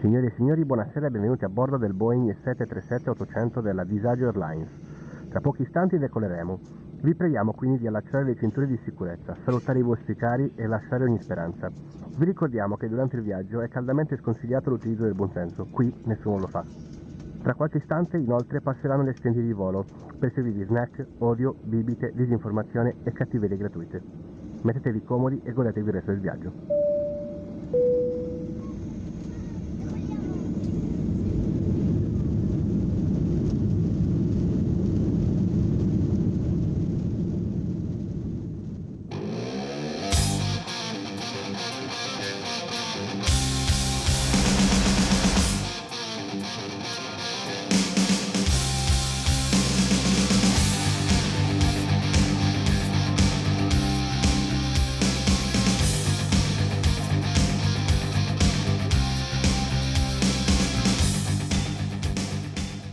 Signore e signori, buonasera e benvenuti a bordo del Boeing 737-800 della Disagio Airlines. Tra pochi istanti decoleremo. Vi preghiamo quindi di allacciare le cinture di sicurezza, salutare i vostri cari e lasciare ogni speranza. Vi ricordiamo che durante il viaggio è caldamente sconsigliato l'utilizzo del buonsenso, qui nessuno lo fa. Tra qualche istante inoltre passeranno le stenti di volo per servirvi snack, odio, bibite, disinformazione e cattiverie gratuite. Mettetevi comodi e godetevi il resto del viaggio.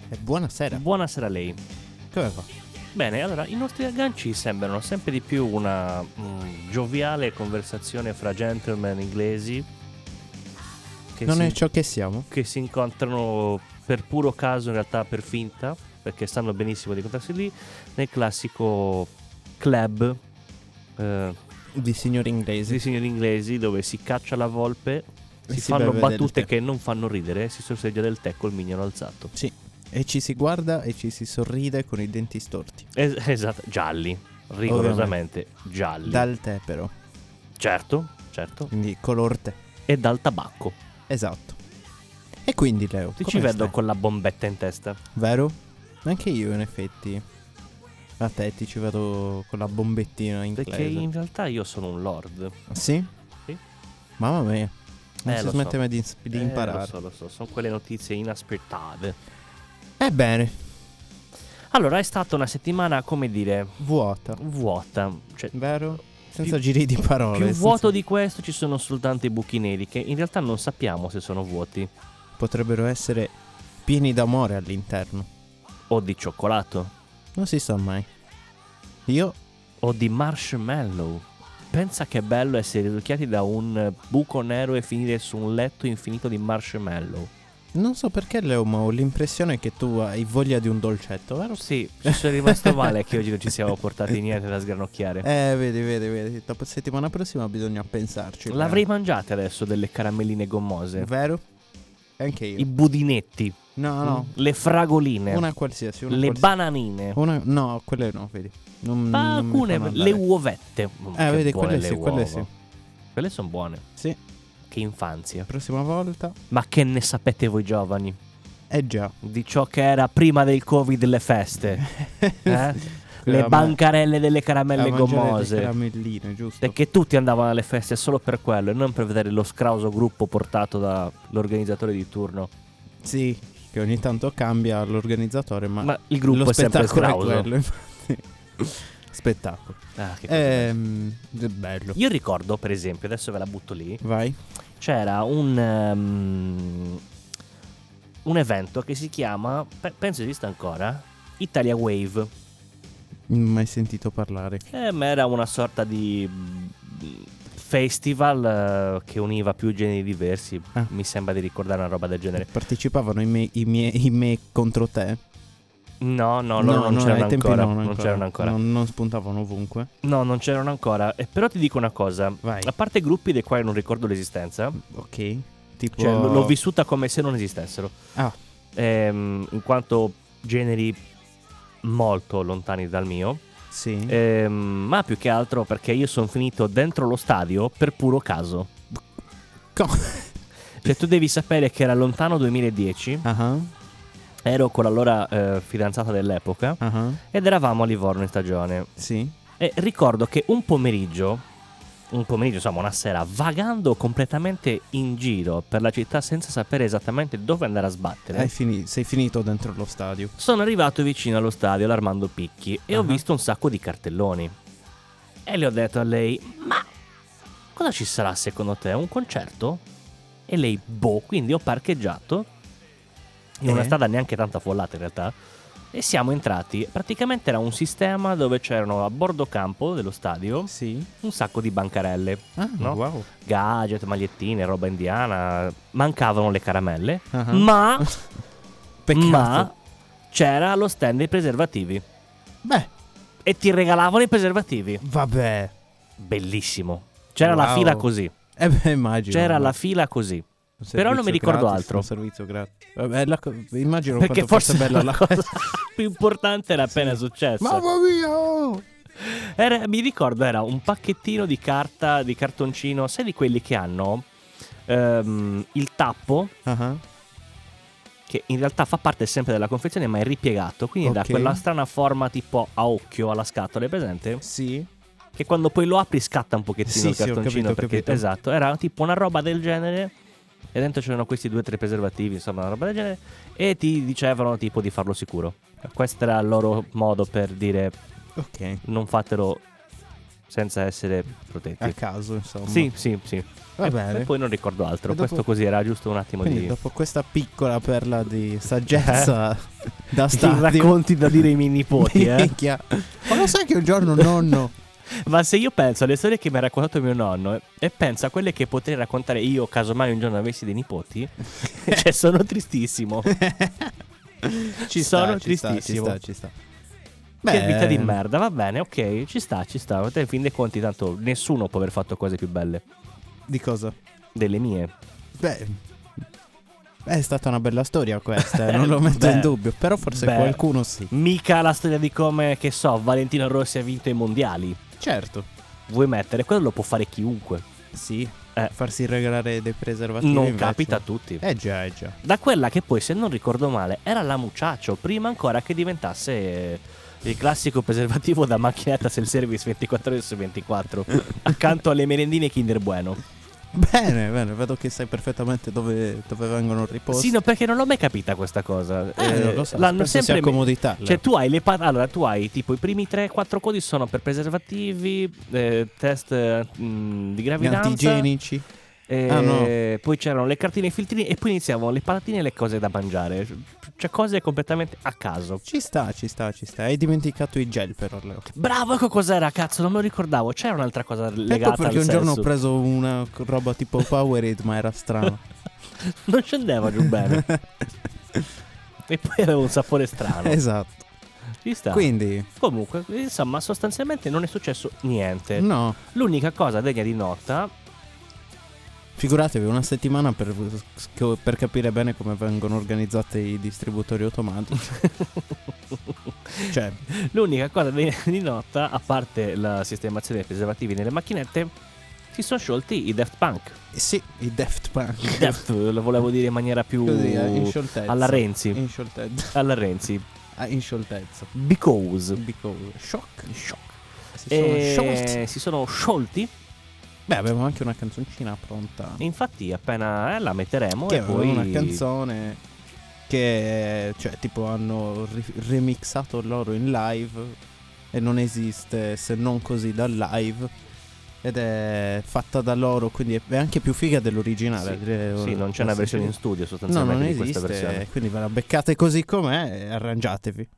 Eh, Buonasera. Buonasera a lei. Come va? Bene, allora i nostri agganci sembrano sempre di più una mm, gioviale conversazione fra gentleman inglesi che, Non si, è ciò che siamo. che si incontrano per puro caso, in realtà per finta, perché sanno benissimo di incontrarsi lì, nel classico club eh, Di signori di inglesi. signori inglesi dove si caccia la volpe, si si, beve fanno del battute tè. che non fanno ridere, si sorseggia del tè col mignolo alzato. Sì. E ci si guarda e ci si sorride con i denti storti. Es- esatto, gialli, rigorosamente gialli. Dal tè però. Certo, certo. Quindi color tè. E dal tabacco. Esatto. E quindi Leo. Ti come ci vedo stai? con la bombetta in testa. Vero? Anche io in effetti. A te ti ci vado con la bombettina inglese. Ah, Perché in realtà io sono un lord. Sì? Sì. Mamma mia. Non Eh, si lo smette so. mai di, ins- di Eh, imparare. lo so, lo so, sono quelle notizie inaspettate. Ebbene, Allora, è stata una settimana, come dire, vuota. vuota. Cioè, Vero? Senza giri di parole. più senza- vuoto di questo ci sono soltanto i buchi neri, che in realtà non sappiamo se sono vuoti. Potrebbero essere pieni d'amore all'interno. O di cioccolato. Non si sa mai. Io O di marshmallow. Pensa che bello essere ricchiati da un eh, buco nero e finire su un letto infinito di marshmallow. non so perché Leo, ma ho l'impressione che tu hai voglia di un dolcetto, vero? Sì, ci sono rimasto male che oggi non ci siamo portati niente da sgranocchiare. Eh, vedi, vedi, vedi. La settimana prossima bisogna pensarci. Leo. L'avrei mangiate adesso delle caramelline gommose. Vero? Anche io. I budinetti, No, no. le fragoline, Una qualsiasi. Una le qualsiasi. bananine, Una- No, quelle no, vedi. Non, ma non mi alcune, fanno le andare. uovette. Mm, Eh, che vedi, buone quelle le sì, quelle uova. sì. Quelle sono buone. Sì, Che infanzia. prossima volta. Ma che ne sapete voi giovani Eh già. di ciò che era prima del Covid le feste? Eh? Quella le ma- bancarelle delle a caramelle mangiare le gommose. caramelline, giusto? Perché tutti andavano alle feste solo per quello e non per vedere lo scrauso gruppo portato dall'organizzatore di turno. Sì, che ogni tanto cambia l'organizzatore, ma, Ma il gruppo lo è sempre spettacolo è scrauso. quello, infatti. spettacolo. Ah, che cosa bella. Ehm, è bello. Io ricordo, per esempio, adesso ve la butto lì, Vai. c'era un, ehm, un evento che si chiama, pe- penso esista ancora, Italia Wave. Non ho mai sentito parlare. Eh, ma era una sorta di mm, festival eh, che univa più generi diversi, Ah. mi sembra di ricordare una roba del genere. Partecipavano i, me- i miei i me contro te? No, no, loro non, ai c'erano tempi ancora, no, non c'erano ancora. Non, non spuntavano ovunque. No, non c'erano ancora. Eh, però ti dico una cosa. Vai. A parte i gruppi dei quali non ricordo l'esistenza, Ok. Tipo... cioè, l- l'ho vissuta come se non esistessero. Ah. Ehm, in quanto generi molto lontani dal mio. Sì. Ehm, ma più che altro perché io sono finito dentro lo stadio per puro caso. Co- Cioè, tu devi sapere che era lontano 2010, Ah, ero con l'allora eh, fidanzata dell'epoca ah, ah, ed eravamo a Livorno in stagione. Sì. E ricordo che un pomeriggio, un pomeriggio, insomma, una sera, vagando completamente in giro per la città senza sapere esattamente dove andare a sbattere, Hai fini- sei finito dentro lo stadio. sono arrivato vicino allo stadio, all'Armando Picchi, e ho Ah. visto un sacco di cartelloni. E le ho detto a lei, ma cosa ci sarà secondo te? Un concerto? E lei, boh, quindi ho parcheggiato in una Eh? strada neanche tanto affollata in realtà. E siamo entrati. Praticamente era un sistema dove c'erano a bordo campo dello stadio Sì. un sacco di bancarelle. Ah, No. wow. Gadget, magliettine, roba indiana. Mancavano le caramelle. Ah. Ma, Peccato. ma c'era lo stand dei preservativi. Beh, E ti regalavano i preservativi. vabbè. Bellissimo. C'era la Wow. fila così. Eh beh, immagino. C'era la fila così. Un però non mi servizio ricordo gratis, altro. Un servizio gratis. Vabbè, la co- immagino Perché quanto fosse forse bella la cosa. più importante era appena successa. Mamma mia! Era- mi ricordo era un pacchettino di carta, di cartoncino, sai di quelli che hanno ehm, il tappo Ah, che in realtà fa parte sempre della confezione ma è ripiegato, quindi dà Ok. quella strana forma tipo a occhio alla scatola, è presente? Sì. Che quando poi lo apri scatta un pochettino Sì, il sì, ho cartoncino capito, ho perché capito. esatto, era tipo una roba del genere e dentro c'erano questi due o tre preservativi, insomma, una roba del genere e ti dicevano tipo di farlo sicuro. Questo era il loro modo per dire Ok. non fatelo senza essere protetti. A caso, Ecco, insomma. Sì, sì, sì. Va E- bene. E poi non ricordo altro. E dopo- Questo così era giusto un attimo Quindi di. dopo questa piccola perla di saggezza da Eh? Ti stadio racconti da dire ai miei nipoti, eh. minchia. Ma lo sai che un giorno nonno Ma se io penso alle storie che mi ha raccontato mio nonno e- e penso a quelle che potrei raccontare io, casomai un giorno avessi dei nipoti, cioè sono tristissimo. ci sta, ci Sono sta, ci tristissimo. sta, ci sta. ehm, Che vita di merda, va bene, ok, ci sta, ci sta. Ma te, In fin dei conti, tanto nessuno può aver fatto cose più belle Di cosa? delle mie. Beh, è stata una bella storia questa, eh, non lo metto Beh. in dubbio, però forse Beh. qualcuno sì. Mica la storia di come, che so, Valentino Rossi ha vinto i mondiali. Certo. Vuoi mettere? Quello lo può fare chiunque. Sì, Eh. farsi regalare dei preservativi non invece. capita a tutti. Eh già, eh già. Da quella che poi, se non ricordo male, era la Mucciaccio, prima ancora che diventasse eh, il classico preservativo da macchinetta self-service 24 ore su 24, accanto alle merendine Kinder Bueno. Bene, bene, vedo che sai perfettamente dove, dove vengono riposti. Sì, no, perché non l'ho mai capita questa cosa. Eh, non lo so, l'hanno spesso sia sempre... comodità. Cioè, tu hai le pat- Allora, tu hai tipo i primi 3-4 codi sono per preservativi, eh, test eh, mh, di gravidanza. antigenici. E Ah, no. Poi c'erano le cartine e i filtrini e poi iniziavano le patatine e le cose da mangiare. Cioè cose completamente a caso. Ci sta, ci sta, ci sta. Hai dimenticato i gel però, Leo. Bravo, ecco cos'era, cazzo, non me lo ricordavo. C'era un'altra cosa legata Ecco perché al un giorno ho sesso. preso una c- roba tipo Powerade, ma era strano. Non scendeva giù bene. e poi aveva un sapore strano. esatto. Ci sta. Quindi, Comunque, insomma, sostanzialmente non è successo niente. no, L'unica cosa degna di nota figuratevi una settimana per, sc- per capire bene come vengono organizzati i distributori automatici. cioè, L'unica cosa di, di nota, a parte la sistemazione dei preservativi nelle macchinette, si sono sciolti i Daft Punk. sì, i Daft Punk. Daft, lo volevo dire in maniera più... Così, eh, in scioltezza. Uh, alla Renzi. In scioltezza. Alla Renzi. Ah, in scioltezza. Because. Because shock. Shock. Si sono Eh, sciolti. E si sono sciolti. Beh, abbiamo anche una canzoncina pronta. E Infatti, appena eh, la metteremo che e Oh, è poi... una canzone che cioè tipo hanno ri- remixato loro in live e non esiste se non così dal live ed è fatta da loro quindi è è anche più figa dell'originale Sì, dire- sì, non c'è una versione in studio eh, no sostanzialmente non di questa versione. esiste eh, quindi ve la beccate così com'è e arrangiatevi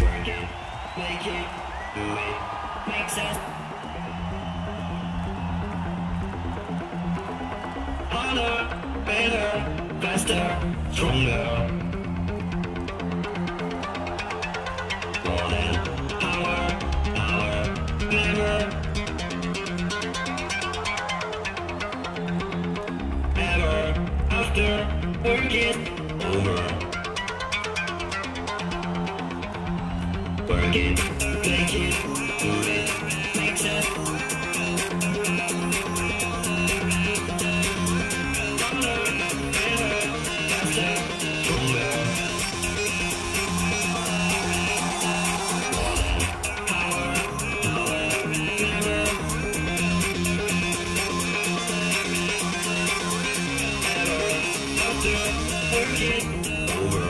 Work it, make it, do it, makes sense. Harder, better, Eh, faster, stronger. after work is over. Work it, make it, do it, makes it. Stronger, better, faster, stronger. Power, power, never, ever, after work is over.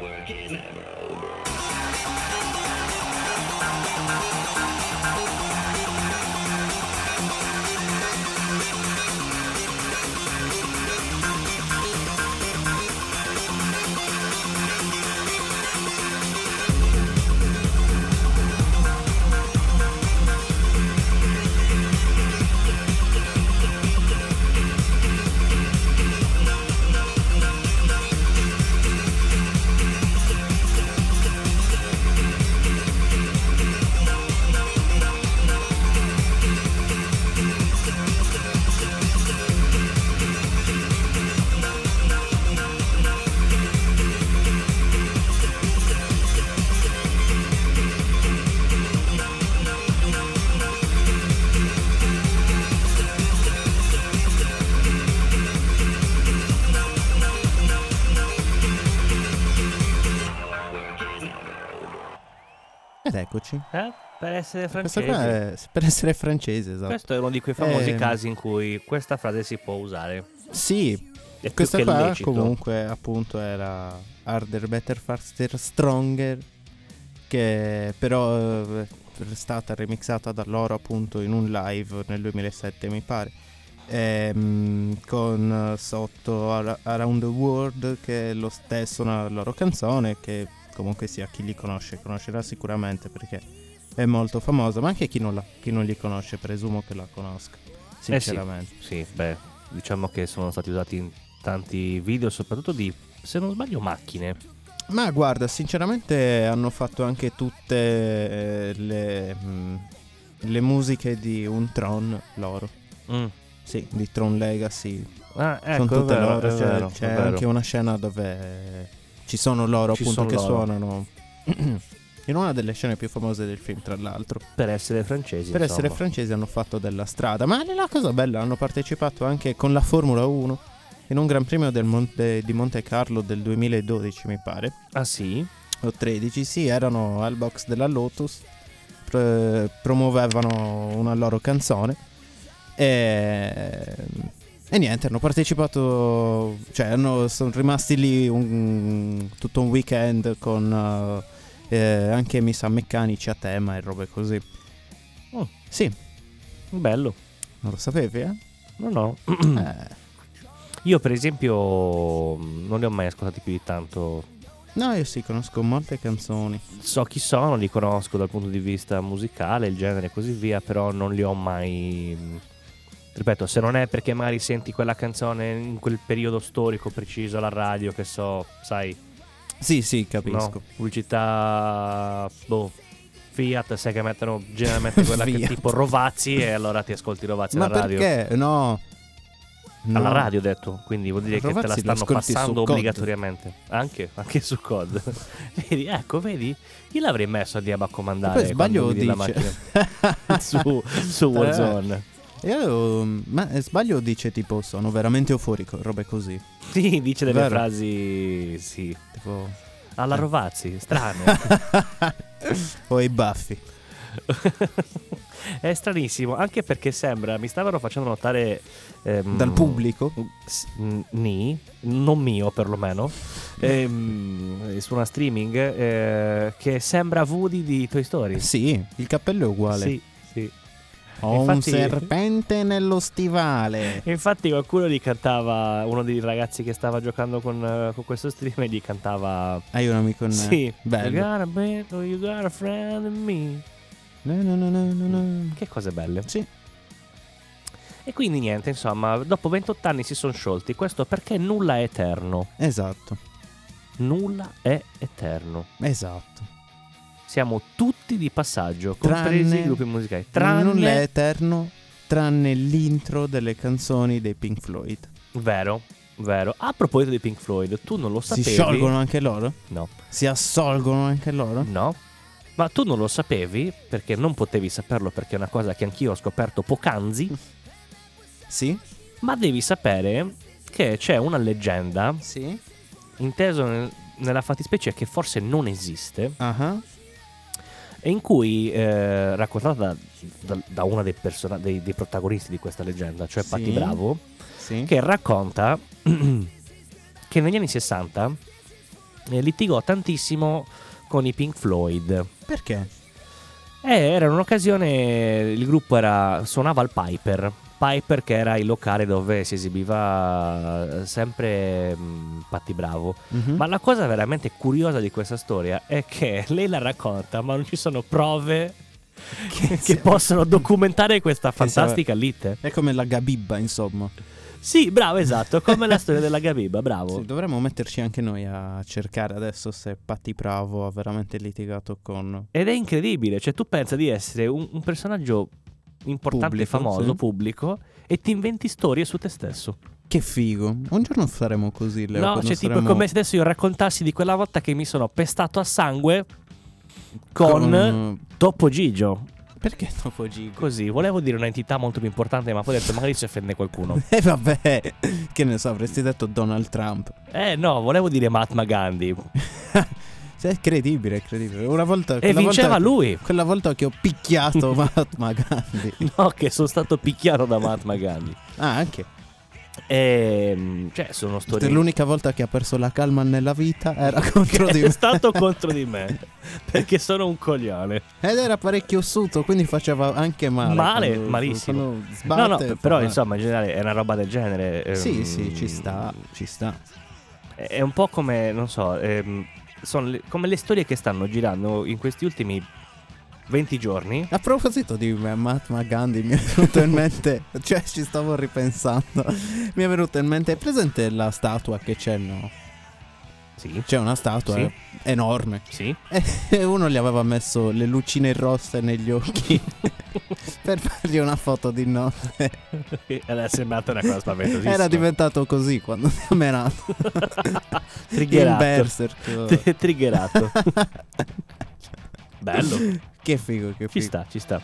Work is never over. Ed eccoci. Eh? Per essere Questo francese. qua è- per essere francese, esatto. Questo è uno di quei famosi Eh. casi in cui questa frase si può usare. Sì, È più questa che qua lecito. comunque appunto era Harder, Better, Faster, Stronger che però eh, è stata remixata da loro appunto in un live nel 2007 mi pare ehm, con eh, sotto Ar- Around the World che è lo stesso una loro canzone che comunque sia chi li conosce conoscerà sicuramente perché è molto famosa ma anche chi non, la, chi non li conosce presumo che la conosca Eh sinceramente Sì, beh, diciamo che sono stati usati in tanti video, soprattutto di, se non sbaglio, macchine. Ma guarda, sinceramente hanno fatto anche tutte eh, le, mm, le musiche di un Tron loro. Sì, di Tron Legacy. Ah, ecco, sono tutte è vero, loro. è cioè, vero, c'è è vero. anche una scena dove ci sono loro Ci appunto sono che loro. suonano. In una delle scene più famose del film, tra l'altro. Per essere francesi, Per essere insomma. francesi hanno fatto della strada. Ma la cosa bella, hanno partecipato anche con la Formula 1 in un Gran Premio del Monte- di Monte Carlo del 2012, mi pare Ah sì? o 13, sì, erano al box della Lotus, pr- promuovevano una loro canzone e, e niente, hanno partecipato, cioè hanno, sono rimasti lì un- tutto un weekend con eh, eh, anche mi sa meccanici a tema e robe così. Oh. Sì, Bello. non lo sapevi, eh? No, no. Eh, Io per esempio mh, non li ho mai ascoltati più di tanto. No, io sì, conosco molte canzoni. So chi sono, li conosco dal punto di vista musicale, il genere e così via, però non li ho mai... mh, Ripeto, se non è perché magari senti quella canzone in quel periodo storico preciso alla radio, che so, sai, Sì, sì, capisco. No, pubblicità. Boh. Fiat, sai che mettono generalmente quella che è Fiat. tipo Rovazzi e allora ti ascolti Rovazzi Ma alla radio. perché? No. No. Alla radio ho detto, quindi vuol dire che te la Rovazzi la stanno ascolti su passando Cod. obbligatoriamente. Anche, anche su COD. vedi, ecco, vedi? Io l'avrei messo a Diaba a comandare. Poi sbaglio quando vidi la dice. Eh. macchina su, su Warzone. E Io ma eh, sbaglio dice tipo sono veramente euforico, robe così. Sì, dice delle Vero. Eh. frasi. Sì. Tipo Alla Rovazzi, strano. ho i baffi. È stranissimo, anche perché sembra, mi stavano facendo notare ehm, Dal pubblico? s- n- ni, non mio perlomeno, ehm, su una streaming eh, che sembra Woody di Toy Story. Eh Sì, il cappello è uguale. Sì, sì. Ho un infatti- serpente nello stivale. Infatti qualcuno gli cantava, uno dei ragazzi che stava giocando con, eh, con questo stream gli cantava... Hai un amico in Sì, eh, bello. You got a bit or you got a friend in me. No, no, no, no, no, no. Che cose belle. Sì. E quindi niente, insomma, dopo 28 anni si sono sciolti. Questo perché nulla è eterno. Esatto. Nulla è eterno. Esatto. Siamo tutti di passaggio, Tranne- compresi i gruppi Nulla musicali. è Tranne... eterno tranne l'intro delle canzoni dei Pink Floyd. Vero, vero. A proposito di Pink Floyd, tu non lo Si sapevi... sciolgono anche loro? No, Si assolgono anche loro? no. Ma tu non lo sapevi, perché non potevi saperlo, perché è una cosa che anch'io ho scoperto poc'anzi, Sì? ma devi sapere che c'è una leggenda, Sì. inteso nel- nella fattispecie che forse non esiste, Ah. e in cui eh, raccontata da, da- da una dei, persona- dei- dei protagonisti di questa leggenda, cioè Sì. Patti Bravo, Sì. che racconta che negli anni 60 eh, litigò tantissimo con i Pink Floyd. Perché? E era un'occasione, il gruppo era- suonava al Piper. Piper che era il locale dove si esibiva eh, sempre mm, Patti Bravo. Mhm. Ma la cosa veramente curiosa di questa storia è che lei la racconta, ma non ci sono prove che, sia- possono documentare questa Che sia- fantastica lite. È come la gabibba, insomma. Sì, bravo, esatto, come la storia della Gabiba, bravo. Sì, dovremmo metterci anche noi a cercare adesso se Patti Bravo ha veramente litigato con... Ed è incredibile, cioè tu pensa di essere un, un personaggio importante, Pubblico, famoso, sì. pubblico, e ti inventi storie su te stesso. Che figo. Un giorno faremo così, Leo. no, quando cioè tipo è saremo- come se adesso io raccontassi di quella volta che mi sono pestato a sangue con, Toppo Gigio. Perché dopo Gigo? Così, volevo dire un'entità molto più importante, ma poi ho detto magari si offende qualcuno. E Eh, vabbè, che ne so, avresti detto Donald Trump. eh no, volevo dire Mahatma Gandhi. Cioè, è credibile, è credibile. Una volta... E quella vinceva volta- lui. Quella volta che ho picchiato Mahatma Gandhi. No, che sono stato picchiato da Mahatma Gandhi. Ah, anche. Ehm, cioè, sono storie... L'unica volta che ha perso la calma nella vita era contro di è me. stato contro di me perché sono un coglione. Ed era parecchio suto, quindi faceva anche male. Male, quando- malissimo. quando No, sbatte, no, fa però male. insomma, in generale è una roba del genere. ehm, Sì, sì, ci sta, ci sta. È è un po' come, non so, ehm, sono le- come le storie che stanno girando in questi ultimi 20 giorni. A proposito di Mahatma Gandhi, mi è venuto in mente, cioè ci stavo ripensando, mi è venuto in mente, è presente la statua che c'è, no? Sì, C'è una statua Sì. eh, enorme sì. e uno gli aveva messo le lucine rosse negli occhi per fargli una foto di notte. Era sembrata una cosa spaventosissima. Era diventato così quando si è menato. Il triggerato. berserk. triggerato. Bello. Che figo, che figo. Ci sta, ci sta.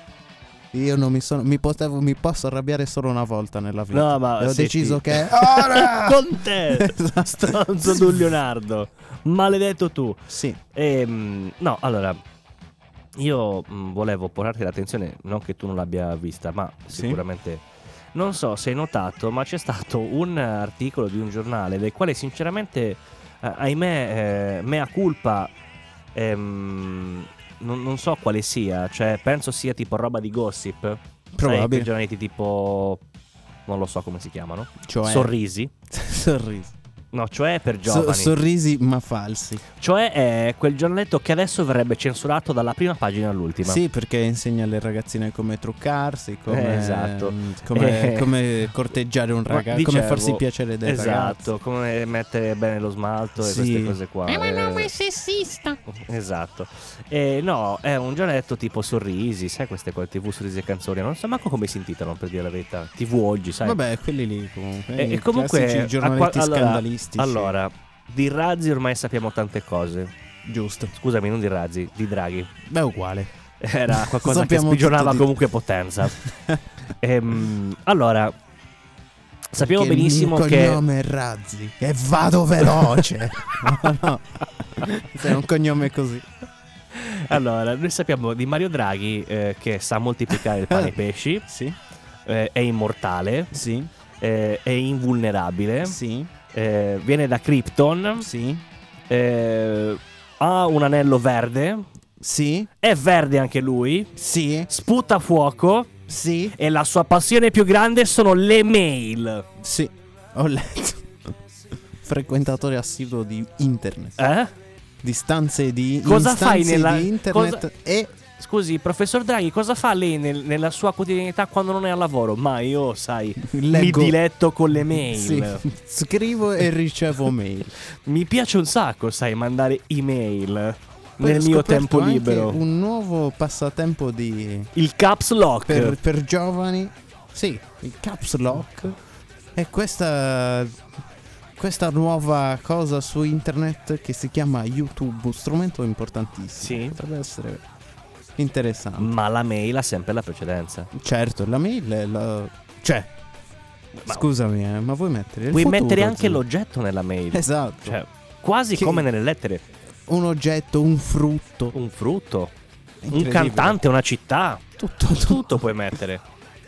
Io non mi sono. Mi, potevo, mi posso arrabbiare solo una volta nella vita. No, ma E ho senti- deciso che. Ora! Con te, Ah! Esatto. stronzo d'un Leonardo. Maledetto tu. Sì. Ehm, no, allora, io mh, volevo portarti l'attenzione, non che tu non l'abbia vista, ma Sì. sicuramente... Non so se hai notato, ma c'è stato un articolo di un giornale del quale sinceramente, eh, ahimè, eh, mea culpa, ehm, non, non so quale sia, cioè penso sia tipo roba di gossip. Sai, quei Probabile. giornali tipo, non lo so come si chiamano, Cioè. sorrisi. Sorriso. No, cioè per So- giovani. sorrisi ma falsi. Cioè è quel giornaletto che adesso verrebbe censurato dalla prima pagina all'ultima. Sì, perché insegna alle ragazzine come truccarsi, come, Eh, esatto. mm, come, Eh. come corteggiare un Ma ragazzo, dicevo- come farsi piacere dai Esatto, come mettere bene lo smalto e Sì. queste cose qua. Ah, ma no, Eh, ma è sessista. Esatto. E no, è un giornaletto tipo Sorrisi, sai queste cose, TV Sorrisi e canzoni, non so manco come si intitolano per dire la verità. TV oggi, sai. Vabbè, quelli lì comunque. E- i e comunque, classici giornalisti a qua- allora- scandalistici. Allora, di razzi ormai sappiamo tante cose. Giusto. Scusami, non di razzi, di Draghi. Beh, uguale. Era qualcosa che Sappiamo tutto sprigionava di- comunque potenza. Ehm, allora, sappiamo Perché benissimo il che... Il cognome è Razzi. E vado veloce. no, no. Se è un cognome così. Allora, noi sappiamo di Mario Draghi eh, che sa moltiplicare il pane e i pesci, Sì. eh, è immortale, Sì. eh, è invulnerabile, Sì. eh, viene da Krypton, Sì. eh, ha un anello verde, Sì. è verde anche lui, Sì. sputa fuoco Sì. e la sua passione più grande sono le mail. Sì. Ho letto. Frequentatore assiduo di internet. Eh? Di stanze di Cosa instanze fai nella- di internet cosa- e Scusi, professor Draghi, cosa fa lei nel- nella sua quotidianità quando non è al lavoro? Ma io, sai, leggo mi diletto con le mail. Sì. Scrivo e ricevo mail. Mi piace un sacco, sai, mandare email Poi nel ho mio scoperto tempo anche libero. Un nuovo passatempo di Il caps lock. per, per giovani. Sì, il caps lock. E questa. Questa nuova cosa su internet che si chiama YouTube, un strumento importantissimo. Sì. Potrebbe essere interessante. Ma la mail ha sempre la precedenza. Certo, la mail è la- Cioè, Ma- scusami, eh, ma vuoi mettere il Puoi futuro, mettere anche zio? l'oggetto nella mail. Esatto. Cioè, quasi Che- come nelle lettere. un oggetto, un frutto. Un frutto, un incredibile. cantante, una città. Tutto, tutto. Tutto puoi mettere.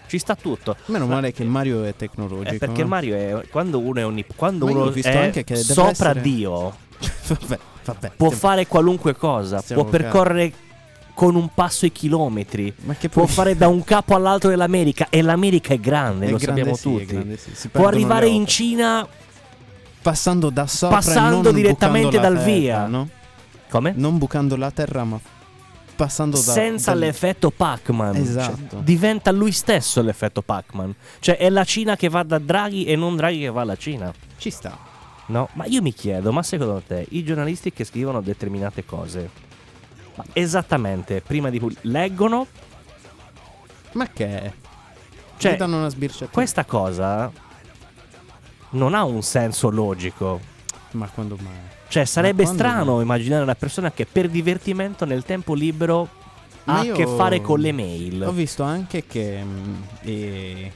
Ci sta tutto. Meno Ma- male che Mario è Eh, tecnologico. perché no? Mario è. Quando uno è onnip- Quando Ma io uno ho visto è anche che deve sopra essere- Dio, vabbè, vabbè. Stiamo- può fare qualunque cosa. Stiamo può percorrere con un passo i chilometri. Ma che Può poi- fare da un capo all'altro dell'America. E l'America è grande, È lo grande sappiamo sì, è tutti. grande sì, si Può perdono arrivare le in opere. Cina. passando da sopra e passando non direttamente bucando la dal terra, via. no? Come? Non bucando la terra, ma passando da senza dal- l'effetto Pac-Man. Esatto. Cioè, diventa lui stesso l'effetto Pac-Man. Cioè, è la Cina che va da Draghi e non Draghi che va alla Cina. Ci sta. No? Ma io mi chiedo, ma secondo te i giornalisti che scrivono determinate cose, ma esattamente prima di pub- leggono? Ma che è? Cioè, Ci danno una sbirciatina. Questa cosa non ha un senso logico. Ma quando mai? Cioè, sarebbe quando- strano immaginare una persona che per divertimento nel tempo libero Ma ha a io- che fare con le Ho mail. visto anche che mh, è...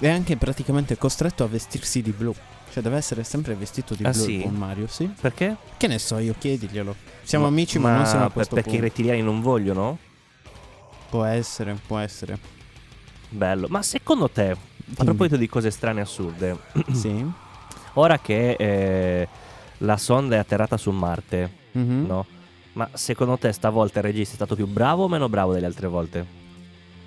è anche praticamente costretto a vestirsi di blu. Cioè deve essere sempre vestito di Ah, blu sì? il buon Mario, sì? Perché? Che ne so io, chiediglielo. Siamo amici, ma, non siamo a questo Perché i punto. rettiliani non vogliono? Può essere, può essere. Bello. Ma secondo te, a proposito di cose strane e assurde, Sì. ora che eh, la sonda è atterrata su Marte, Mhm. no? Ma secondo te stavolta il regista è stato più bravo o meno bravo delle altre volte?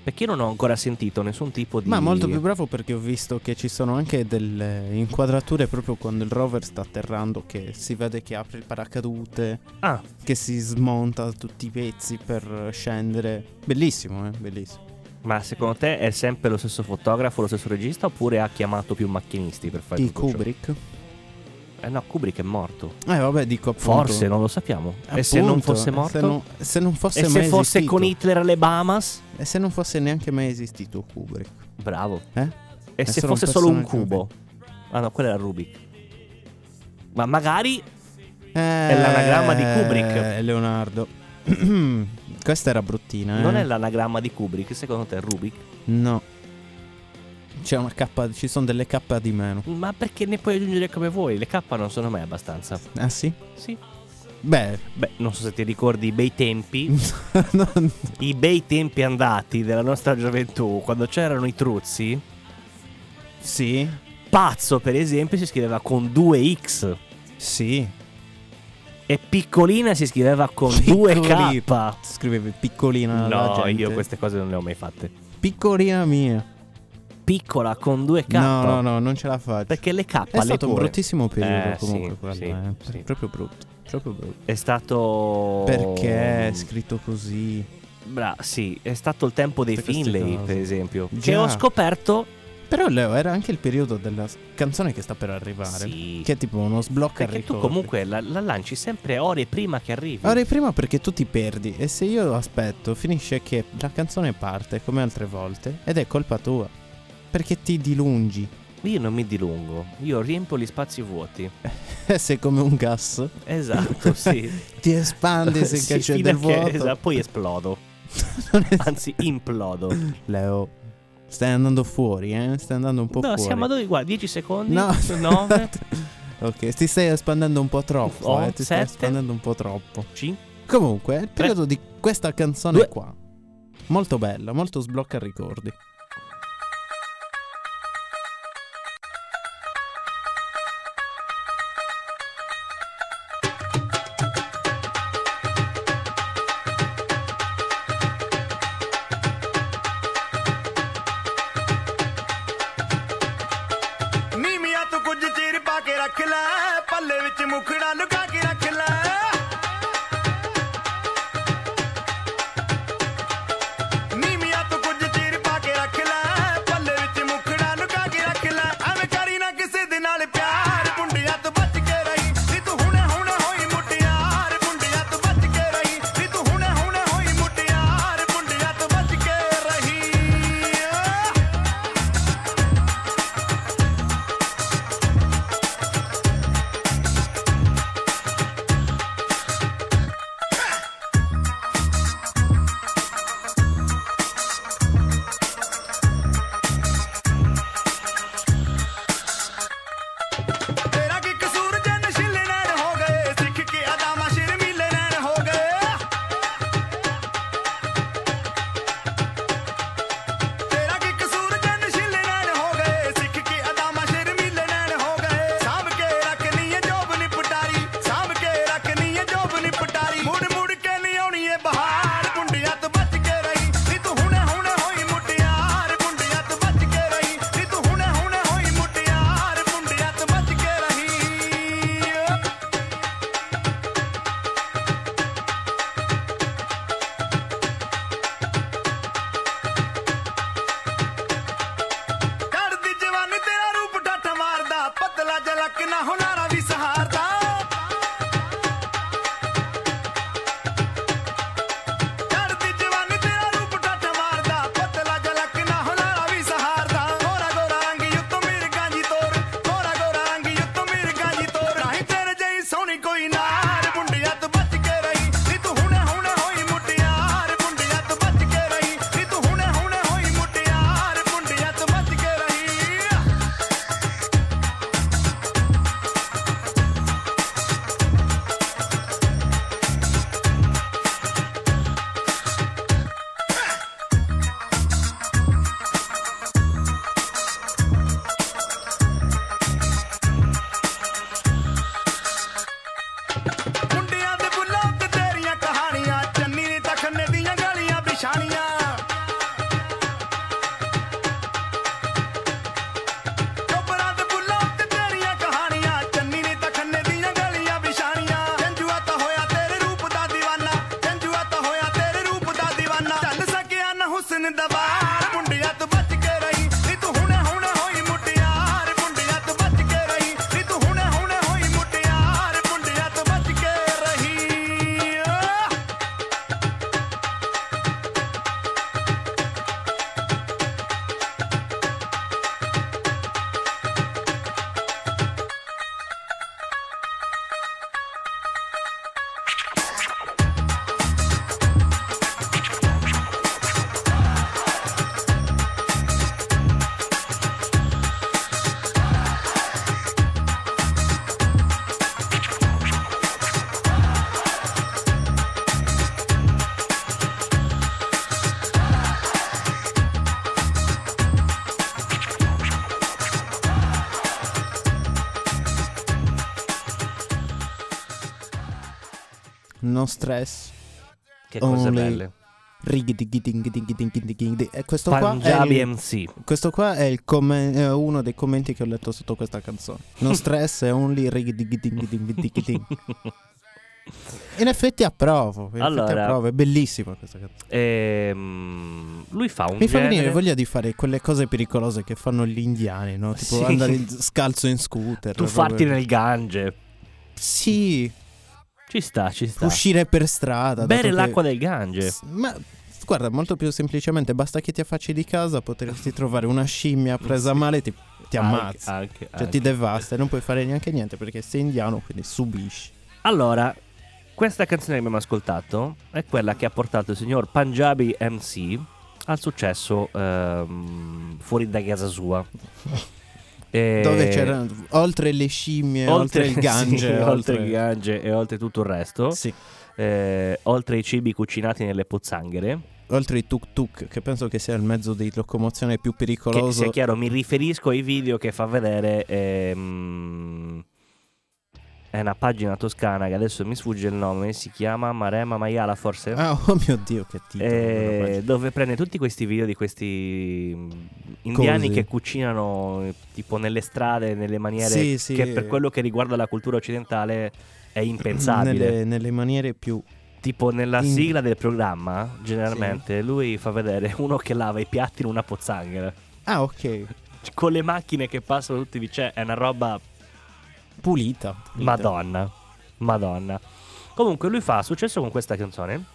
Perché io non ho ancora sentito nessun tipo di... Ma molto più bravo perché ho visto che ci sono anche delle inquadrature proprio quando il rover sta atterrando che si vede che apre il paracadute, Ah, che si smonta tutti i pezzi per scendere. Bellissimo, eh, bellissimo. ma secondo te è sempre lo stesso fotografo, lo stesso regista oppure ha chiamato più macchinisti per fare Di tutto ciò? Kubrick? Eh no, Kubrick è morto. Eh vabbè, dico appunto. Forse, non lo sappiamo. e se Appunto, non fosse e se morto? non- se non fosse e se mai fosse esistito. con Hitler alle Bahamas? E se non fosse neanche mai esistito Kubrick, Bravo. eh? È E se solo un fosse solo un personaggio, cubo? Ah no, quello era Rubik. Ma magari È l'anagramma di Kubrick. Eh, Leonardo. Questa era bruttina, eh? non è l'anagramma di Kubrick, secondo te è Rubik? No. C'è una K, ci sono delle K di meno. Ma perché ne puoi aggiungere come vuoi? Le K non sono mai abbastanza. Ah sì? Sì. Beh, Beh, non so se ti ricordi i bei tempi, non- i bei tempi andati della nostra gioventù, quando c'erano i truzzi. sì, Pazzo, per esempio, si scriveva con 2x sì. e piccolina si scriveva con 2k. Scrivevi piccolina alla No, gente. io queste cose non le ho mai fatte. Piccolina mia. piccola con due K. No, no, no, non ce la faccio. Perché le K è le stato un cure. bruttissimo periodo Eh, sì, comunque quello, sì, eh. sì. Oh. Proprio brutto, proprio brutto. È stato. Perché è scritto così? Bra, sì, è stato il tempo dei Tutte queste Finlay, cose. per esempio. Che Già. ho scoperto. Però Leo era anche il periodo della s- canzone che sta per arrivare. Sì. Che è tipo uno sblocca Perché tu ricordi. comunque la, la lanci sempre ore prima che arrivi. Ora prima perché tu ti perdi e se io aspetto finisce che la canzone parte come altre volte ed è colpa tua. Perché ti dilungi. Io non mi dilungo, io riempio gli spazi vuoti. Sei come un gas. Esatto, sì. Ti espandi se Sì, c'è fino a del che- vuoto. esatto, poi esplodo. Non è- Anzi, implodo. Leo, stai andando fuori, eh? Stai andando un po' No, fuori. siamo a dove qua? 10 secondi? No, 9, ok, ti stai espandendo un po' troppo. Oh, eh, Ti stai sette. espandendo un po' troppo. 5. Comunque, il periodo di questa canzone Due. qua. Molto bella, molto sblocca ricordi. ਨੀ ਮੀਆਂ ਤੂੰ ਕੁਝ ਚੀਰ ਪਾ ਕੇ ਰੱਖ ਲੈ ਪੱਲੇ ਵਿੱਚ ਮੁਖੜਾ ਲੁਕਾ ਕੇ ਰੱਖ ਲੈ ਨੀ ਮੀਆਂ ਤੂੰ ਕੁਝ ਚੀਰ ਪਾ ਕੇ ਰੱਖ ਲੈ ਪੱਲੇ ਵਿੱਚ ਮੁਖੜਾ ਲੁਕਾ ਕੇ ਰੱਖ ਲੈ ਐਵੇਂ ਕਰੀ ਨਾ ਕਿਸੇ ਦੇ ਨਾਲ ਪਿਆਰ ਮੁੰਡਿਆਂ ਤੋਂ ਬਚ ਕੇ ਰਹੀ ਨੀ ਤੂੰ ਹੁਣੇ ਹੁਣੇ ਹੋਈ ਮੁਟਿਆਰ ਮੁੰਡਿਆਂ ਤੋਂ ਬਚ ਕੇ ਰਹੀ ਨੀ ਤੂੰ ਹੁਣੇ ਹੁਣੇ ਹੋਈ ਮੁਟਿਆਰ ਮੁੰਡਿਆਂ ਤੋਂ ਬਚ ਕੇ ਰਹੀ ਤੇਰਾ ਕੀ ਕਸੂਰ ਜੇ ਨਸ਼ੀਲੇ ਨੈਣ ਹੋ ਗਏ ਸਿੱਖ ਕੇ ਅਦਾਮਾ ਸ਼ਰਮੀਲੇ ਨੈਣ ਹੋ ਗਏ ਤੇਰਾ ਕੀ ਕਸੂਰ ਜੇ ਨਸ਼ੀਲੇ ਨੈਣ ਹੋ ਗਏ ਸਿੱਖ ਕੇ ਅਦਾਮਾ ਸ਼ਰਮੀਲੇ ਨੈਣ ਹੋ ਗਏ ਸਾਂਭ ਕੇ ਰੱਖਨੀ ਏ ਜੋਬ ਨੀ ਪਟਾਰੀ ਸਾਂਭ ਕੇ ਰੱਖਨੀ ਏ ਜੋਬ ਨੀ ਪਟਾਰੀ ਮੁੜ ਮੁੜ ਕੇ ਨਹੀਂ ਆਉਣੀ ਏ ਬਹਾਰ ਮੁੰਡਿਆਂ ਤੋਂ ਬਚ ਕੇ ਰਹੀ ਨੀ ਤੂੰ ਹੁਣੇ ਹੁਣੇ ਹੋਈ ਮੁਟਿਆਰ ਮੁੰਡਿਆਂ ਤੋਂ ਬਚ ਕੇ ਰਹੀ ਨੀ ਤੂੰ ਹੁਣੇ ਹੁਣੇ ਹੋਈ ਮੁਟਿਆਰ ਮੁੰਡਿਆਂ ਤੋਂ ਬਚ ਕੇ ਰਹੀ ਚੜਦੀ ਜਵਾਨੀ ਤੇਰਾ ਰੂਪ ਠੱਠ ਮਾਰਦਾ ਪਤਲਾ ਜਲਕ ਨਾ ਹੁਲਾਰਾ ਵੀ ਸਹਾਰਦਾ ਚੜਦੀ ਜਵਾਨੀ ਤੇਰਾ ਰੂਪ ਠੱਠ ਮਾਰਦਾ ਪਤਲਾ ਜਲਕ ਨਾ ਹੁਲਾਰਾ ਵੀ ਸਹਾਰਦਾ ਗੋਰਾ ਗੋਰਾ ਅੰਗੀ ਉੱਤੋਂ ਮਿਰਗਾਂ ਜੀ ਤੋਰ ਗੋਰਾ ਗੋਰਾ ਅੰਗੀ ਉੱਤੋਂ ਮਿਰਗਾਂ ਜੀ ਤੋਰ ਨਹੀਂ ਤੇਰੇ ਜਈ ਸੋਹਣੀ ਕੋਈ ਨਾਰ ਮੁੰਡਿਆਂ ਤੋਂ ਬਚ ਕੇ ਰਹੀ ਨੀ ਤੂੰ ਹੁਣੇ ਹੁਣੇ ਹੋਈ ਮੁਟਿਆਰ ਮੁੰਡਿਆਂ ਤੋਂ ਬਚ ਕੇ ਰਹੀ ਨੀ ਤੂੰ ਹੁਣੇ ਹੁਣੇ ਹੋਈ ਮੁਟਿਆਰ ਮੁੰਡਿਆਂ ਤੋਂ ਬਚ ਕੇ ਰਹੀ ਮੁੰਡਿਆਂ ਦੇ ਬੁੱਲਾਂ ਤੇ ਤੇਰੀਆਂ ਕਹਾਣੀਆਂ ਚੰਨੀ ਨੇ ਤਾਂ ਖੰਨੇ ਦੀਆਂ ਗਲੀਆਂ ਵਿਛਾਣੀਆਂ ਟੱਬਰਾਂ ਦੇ ਬੁੱਲਾਂ ਤੇ ਤੇਰੀਆਂ ਕਹਾਣੀਆਂ ਚੰਨੀ ਨੇ ਤਾਂ ਖੰਨੇ ਦੀਆਂ ਗਲੀਆਂ ਵਿਛਾਣੀਆਂ ਜੰਜੂਆ ਤਾਂ ਹੋਇਆ ਤੇਰੇ ਰੂਪ ਦਾ دیਵਾਨਾ ਜੰਜੂਆ ਤਾਂ ਹੋਇਆ ਤੇਰੇ ਰੂਪ ਦਾ دیਵਾਨਾ ਚੱਲ ਸਕਿਆ ਨਾ ਹੁਸਨ ਦਾ ਵਾਰ ਮੁੰਡਿਆਂ ਤੋਂ ਬਚ ਕੇ ਰਹੀ ਨੀ ਤੂੰ ਹੁਣੇ ਹੁਣੇ ਹੋਈ ਮੁਟਿਆਰ ਮੁੰਡਿਆਂ ਤੋਂ ਬਚ ਕੇ ਰਹੀ ਨੀ ਤੂੰ ਹੁਣੇ ਹੁਣੇ ਹੋਈ ਮੁਟਿਆਰ ਮੁੰਡਿਆਂ ਤੋਂ ਬਚ ਕੇ ਰਹੀ ਓ No stress, Che cose Only belle. Rigidi-gidi-gidi-gidi-gidi-gidi. E Eh, questo qua, è Punjabi il, MC. questo qua è il commen- eh, uno dei commenti che ho letto sotto questa canzone. Non stress, è only rigidi-gidi-gidi-gidi-gidi. In effetti approvo. In effetti Allora. approvo. È bellissima questa canzone. Ehm, lui fa un Mi fa genere- venire voglia di fare quelle cose pericolose che fanno gli indiani, no? Tipo Sì. andare in- scalzo in scooter. tuffarti proprio. nel Gange. Sì, Ci sta, ci sta. uscire per strada. Bere dato che- l'acqua del Gange. S- Ma guarda, molto più semplicemente, basta che ti affacci di casa, potresti trovare una scimmia presa male e ti, ti ammazza. Anche, anche, cioè anche. ti devasta e non puoi fare neanche niente perché sei indiano, quindi subisci. Allora, questa canzone che abbiamo ascoltato è quella che ha portato il signor Punjabi MC al successo ehm, fuori da casa sua. E- Dove c'erano oltre le scimmie, oltre, il Gange, sì, oltre... il Gange e oltre tutto il resto, sì, eh, oltre i cibi cucinati nelle pozzanghere, oltre i tuk tuk, che penso che sia il mezzo di locomozione più che pericoloso. sia chiaro, mi riferisco ai video che fa vedere ehm, è una pagina toscana che adesso mi sfugge il nome, si chiama Marema Maiala forse? Ah, oh mio dio, che titolo! Eh, quella pagina. dove prende tutti questi video di questi mm, indiani Cosi. che cucinano eh, tipo nelle strade, nelle maniere Sì, sì. che per quello che riguarda la cultura occidentale è impensabile. Nelle, nelle maniere più Tipo nella In- sigla del programma, generalmente lui fa vedere uno che lava i piatti in una pozzanghera. Ah, ok. Cioè, Con le macchine che passano tutti vicini, è una roba Pulita. pulita. madonna. Madonna. Comunque lui fa successo con questa canzone.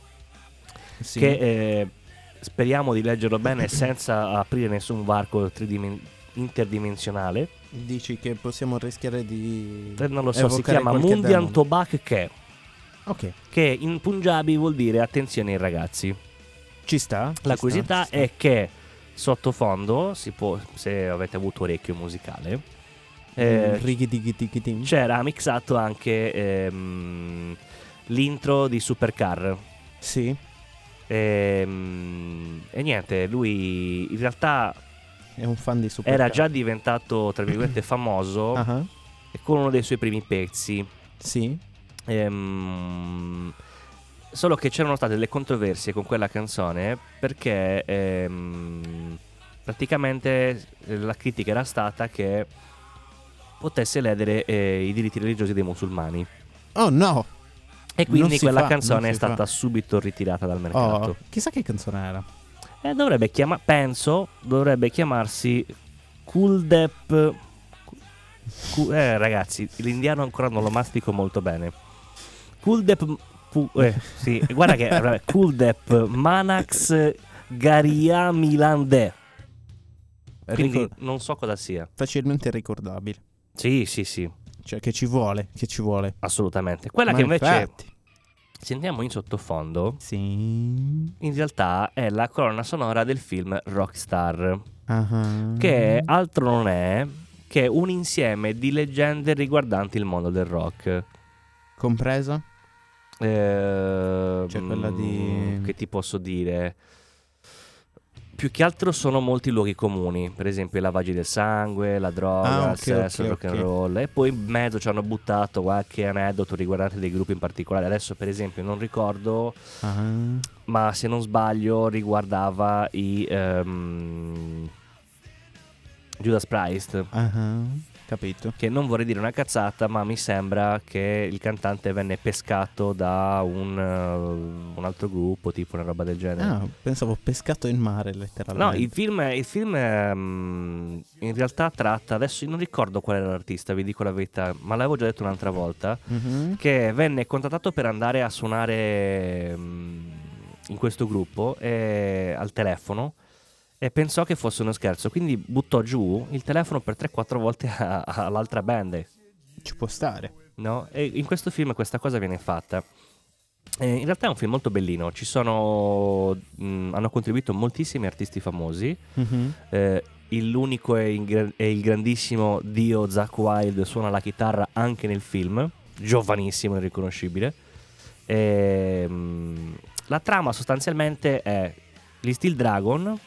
Sì. che eh, speriamo di leggerlo bene senza aprire nessun varco tridimen- interdimensionale. Dici che possiamo rischiare di. Eh, Non lo so, si evocare chiama qualche Mundian demone. Tobak Ke, Ok, che in Punjabi vuol dire attenzione ai ragazzi. ci sta. La ci sta, curiosità ci sta. è che sottofondo, si può, se avete avuto orecchio musicale, eh, Mm, rigidigidigidim. c'era mixato anche ehm, l'intro di Supercar. Sì. Ehm, E, niente, lui in realtà È un fan di Super. era già diventato, tra virgolette, famoso Ah, ah, con uno dei suoi primi pezzi. Sì. Ehm, solo che c'erano state delle controversie con quella canzone perché ehm, praticamente eh, la critica era stata che potesse ledere eh, i diritti religiosi dei musulmani. Oh no! E Non quindi si quella fa, non canzone è si stata fa. subito ritirata dal mercato. Oh, chissà che canzone era. E dovrebbe chiama- penso, dovrebbe chiamarsi Kuldep. Ku- eh, ragazzi, l'indiano ancora non lo mastico molto bene. Kuldep. pu- eh, sì, guarda che. vabbè, Kuldep Manax Garia Milandè. Quindi Ricor- non so cosa sia. facilmente ricordabile. Sì, sì, sì, Cioè, che ci vuole, che ci vuole. assolutamente. Quella Ma che invece infatti. sentiamo in sottofondo, Sì. in realtà è la colonna sonora del film Rockstar. Ah, ah. che altro non è che un insieme di leggende riguardanti il mondo del rock. Compresa? Ehm, C'è Cioè, quella di- Che ti posso dire? Più che altro sono molti luoghi comuni, per esempio i lavaggi del sangue, la droga, Ah, il ok, sesso, il ok, rock and ok. roll. E poi in mezzo ci hanno buttato qualche aneddoto riguardante dei gruppi in particolare. Adesso, per esempio, non ricordo, Ah. ma se non sbaglio, riguardava i ehm, Judas Priest. Ah, ah. Capito. che non vorrei dire una cazzata, ma mi sembra che il cantante venne pescato da un, eh, un altro gruppo, tipo una roba del genere. Ah, pensavo pescato in mare No, letteralmente. il film, il film ehm, in realtà tratta, adesso non ricordo qual era l'artista, vi dico la verità, ma l'avevo già detto un'altra volta, Mhm. che venne contattato per andare a suonare ehm, in questo gruppo eh, al telefono e pensò che fosse uno scherzo, quindi buttò giù il telefono per 3-4 volte a- all'altra band Ci può stare. no? E in questo film questa cosa viene fatta. Eh, in realtà è un film molto bellino, ci sono, mh, hanno contribuito moltissimi artisti famosi, Mhm. eh, il- l'unico è, il gra- è il grandissimo dio Zach Wilde, suona la chitarra anche nel film, giovanissimo e riconoscibile. Ehm, la trama sostanzialmente è gli Steel Dragon,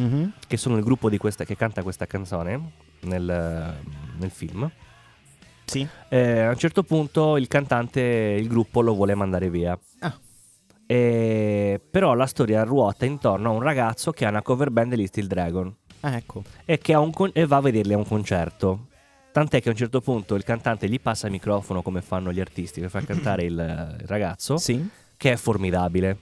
Mhm. che sono il gruppo di questa- che canta questa canzone nel- nel film, Sì. eh, a un certo punto il cantante, il gruppo lo vuole mandare via. Ah. E- però la storia ruota intorno a un ragazzo che ha una cover band degli Steel Dragon Ah, ecco. e, che ha un con- e va a vederli a un concerto. Tant'è che a un certo punto il cantante gli passa il microfono come fanno gli artisti per far cantare il, il ragazzo, Sì. che è formidabile.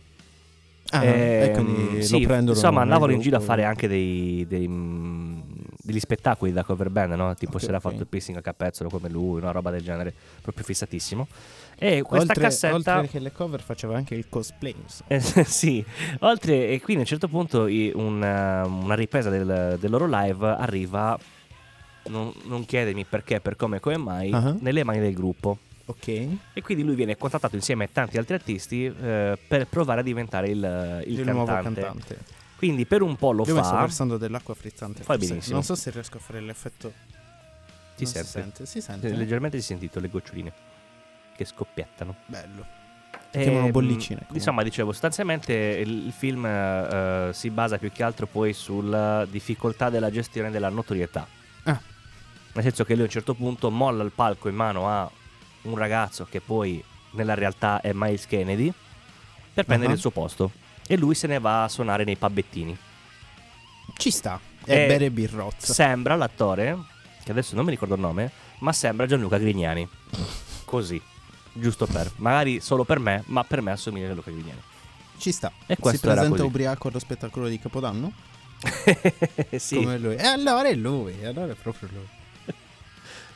Ah, Ehm, e quindi sì, lo prendono. Insomma, nel andavano in giro a gruppo. fare anche dei, dei, mm, degli spettacoli da cover band, no? tipo Ok, se era ok. fatto il piercing a capezzolo come lui, una roba del genere, proprio fissatissimo. E questa oltre, cassetta. oltre che le cover faceva anche il cosplay. insomma. Eh, sì, oltre e quindi a un certo punto i- una, una ripresa del, del loro live arriva, non, non chiedermi perché, per come e come mai, Ah. nelle mani del gruppo. Ok. E quindi lui viene contattato insieme a tanti altri artisti eh, per provare a diventare il, il Il, cantante. nuovo cantante. Quindi per un po' lo Io mi sto fa. versando dell'acqua frizzante. Fai forse. benissimo. Non so se riesco a fare l'effetto. Ti non si sente. sente. Si sente. Eh, Leggermente si è sentito le goccioline che scoppiettano. Bello. Ehm, chiamano bollicine, comunque. Insomma, dicevo, sostanzialmente il, il film eh, si basa più che altro poi sulla difficoltà della gestione della notorietà. Ah. Nel senso che lui a un certo punto molla il palco in mano a un ragazzo che poi nella realtà è Miles Kennedy per prendere Ah. il suo posto. E lui se ne va a suonare nei pabbettini. Ci sta. Eh, E bere birrozza. Sembra l'attore, che adesso non mi ricordo il nome, ma sembra Gianluca Grignani. Così, giusto per. Magari solo per me, ma per me assomiglia a Gianluca Grignani. Ci sta. E si questo era presenta così. ubriaco allo spettacolo di Capodanno? sì, Come lui. E allora è lui. Allora è proprio lui.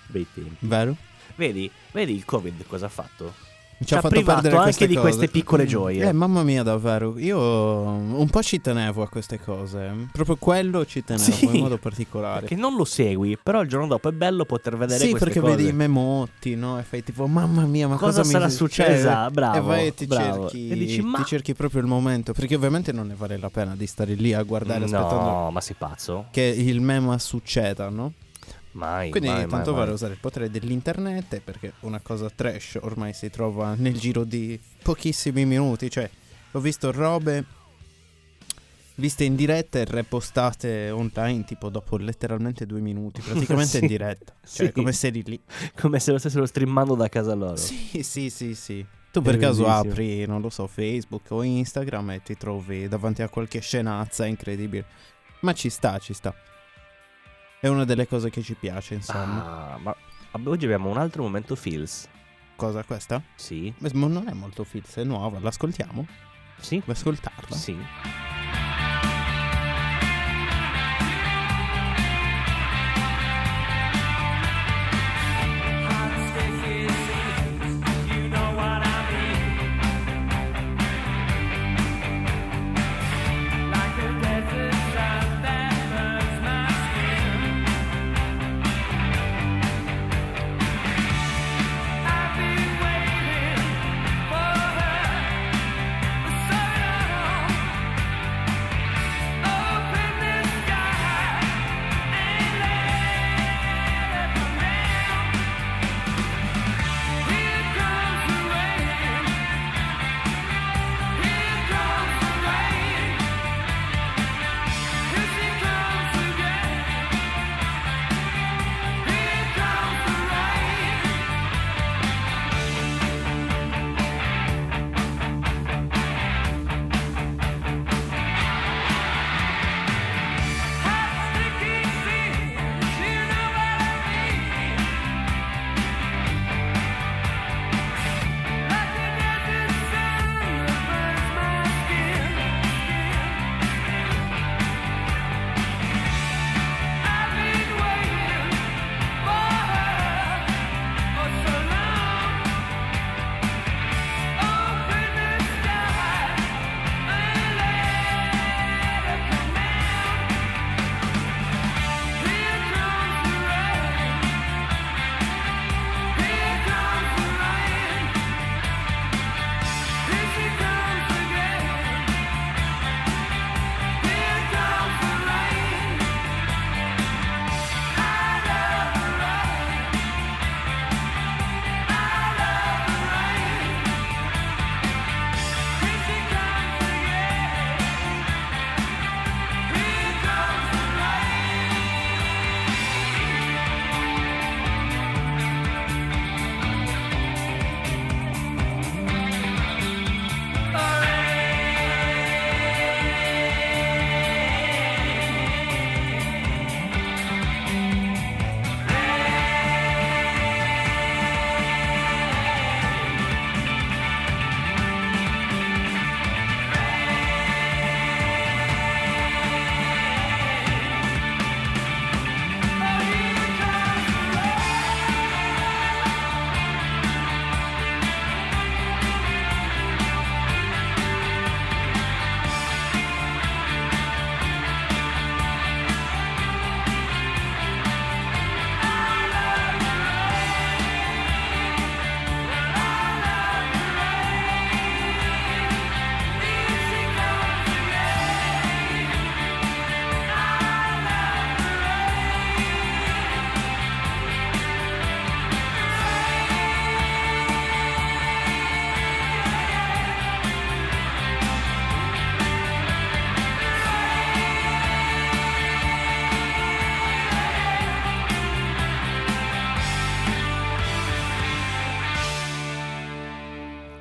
bei tempi. Vero? Vedi, vedi il Covid cosa ha fatto? Ci, ha privato anche queste di queste cose. piccole Mm. gioie. Eh, mamma mia, davvero. Io um, un po' ci tenevo a queste cose. Proprio quello ci tenevo Sì. in modo particolare. Perché non lo segui, però il giorno dopo è bello poter vedere Sì, queste perché cose. vedi i memotti, no? E fai tipo, mamma mia, ma cosa, Cosa sarà mi successa? Cioè, Bravo, E vai e ti bravo. cerchi. E dici, ma- Ti cerchi proprio il momento. Perché ovviamente non ne vale la pena di stare lì a guardare aspettando No, ma sei pazzo? che il meme succeda, no? Mai. Quindi mai, tanto mai, vale mai. usare il potere dell'internet perché una cosa trash ormai si trova nel giro di pochissimi minuti. Cioè, ho visto robe viste in diretta e repostate online tipo dopo letteralmente due minuti, praticamente Sì, in diretta. Cioè, sì. come se eri lì. Come se lo stessero streamando da casa loro. Sì, sì, sì, sì. Tu È per caso bellissimo. apri, non lo so, Facebook o Instagram e ti trovi davanti a qualche scenazza incredibile. Ma ci sta, ci sta. È una delle cose che ci piace, insomma. Ah, ma ab- oggi abbiamo un altro momento feels. Cosa questa? Sì, Beh, ma non è molto fizz, è nuova, l'ascoltiamo? sì, Vuoi ascoltarla? sì. I've been waiting for her so long.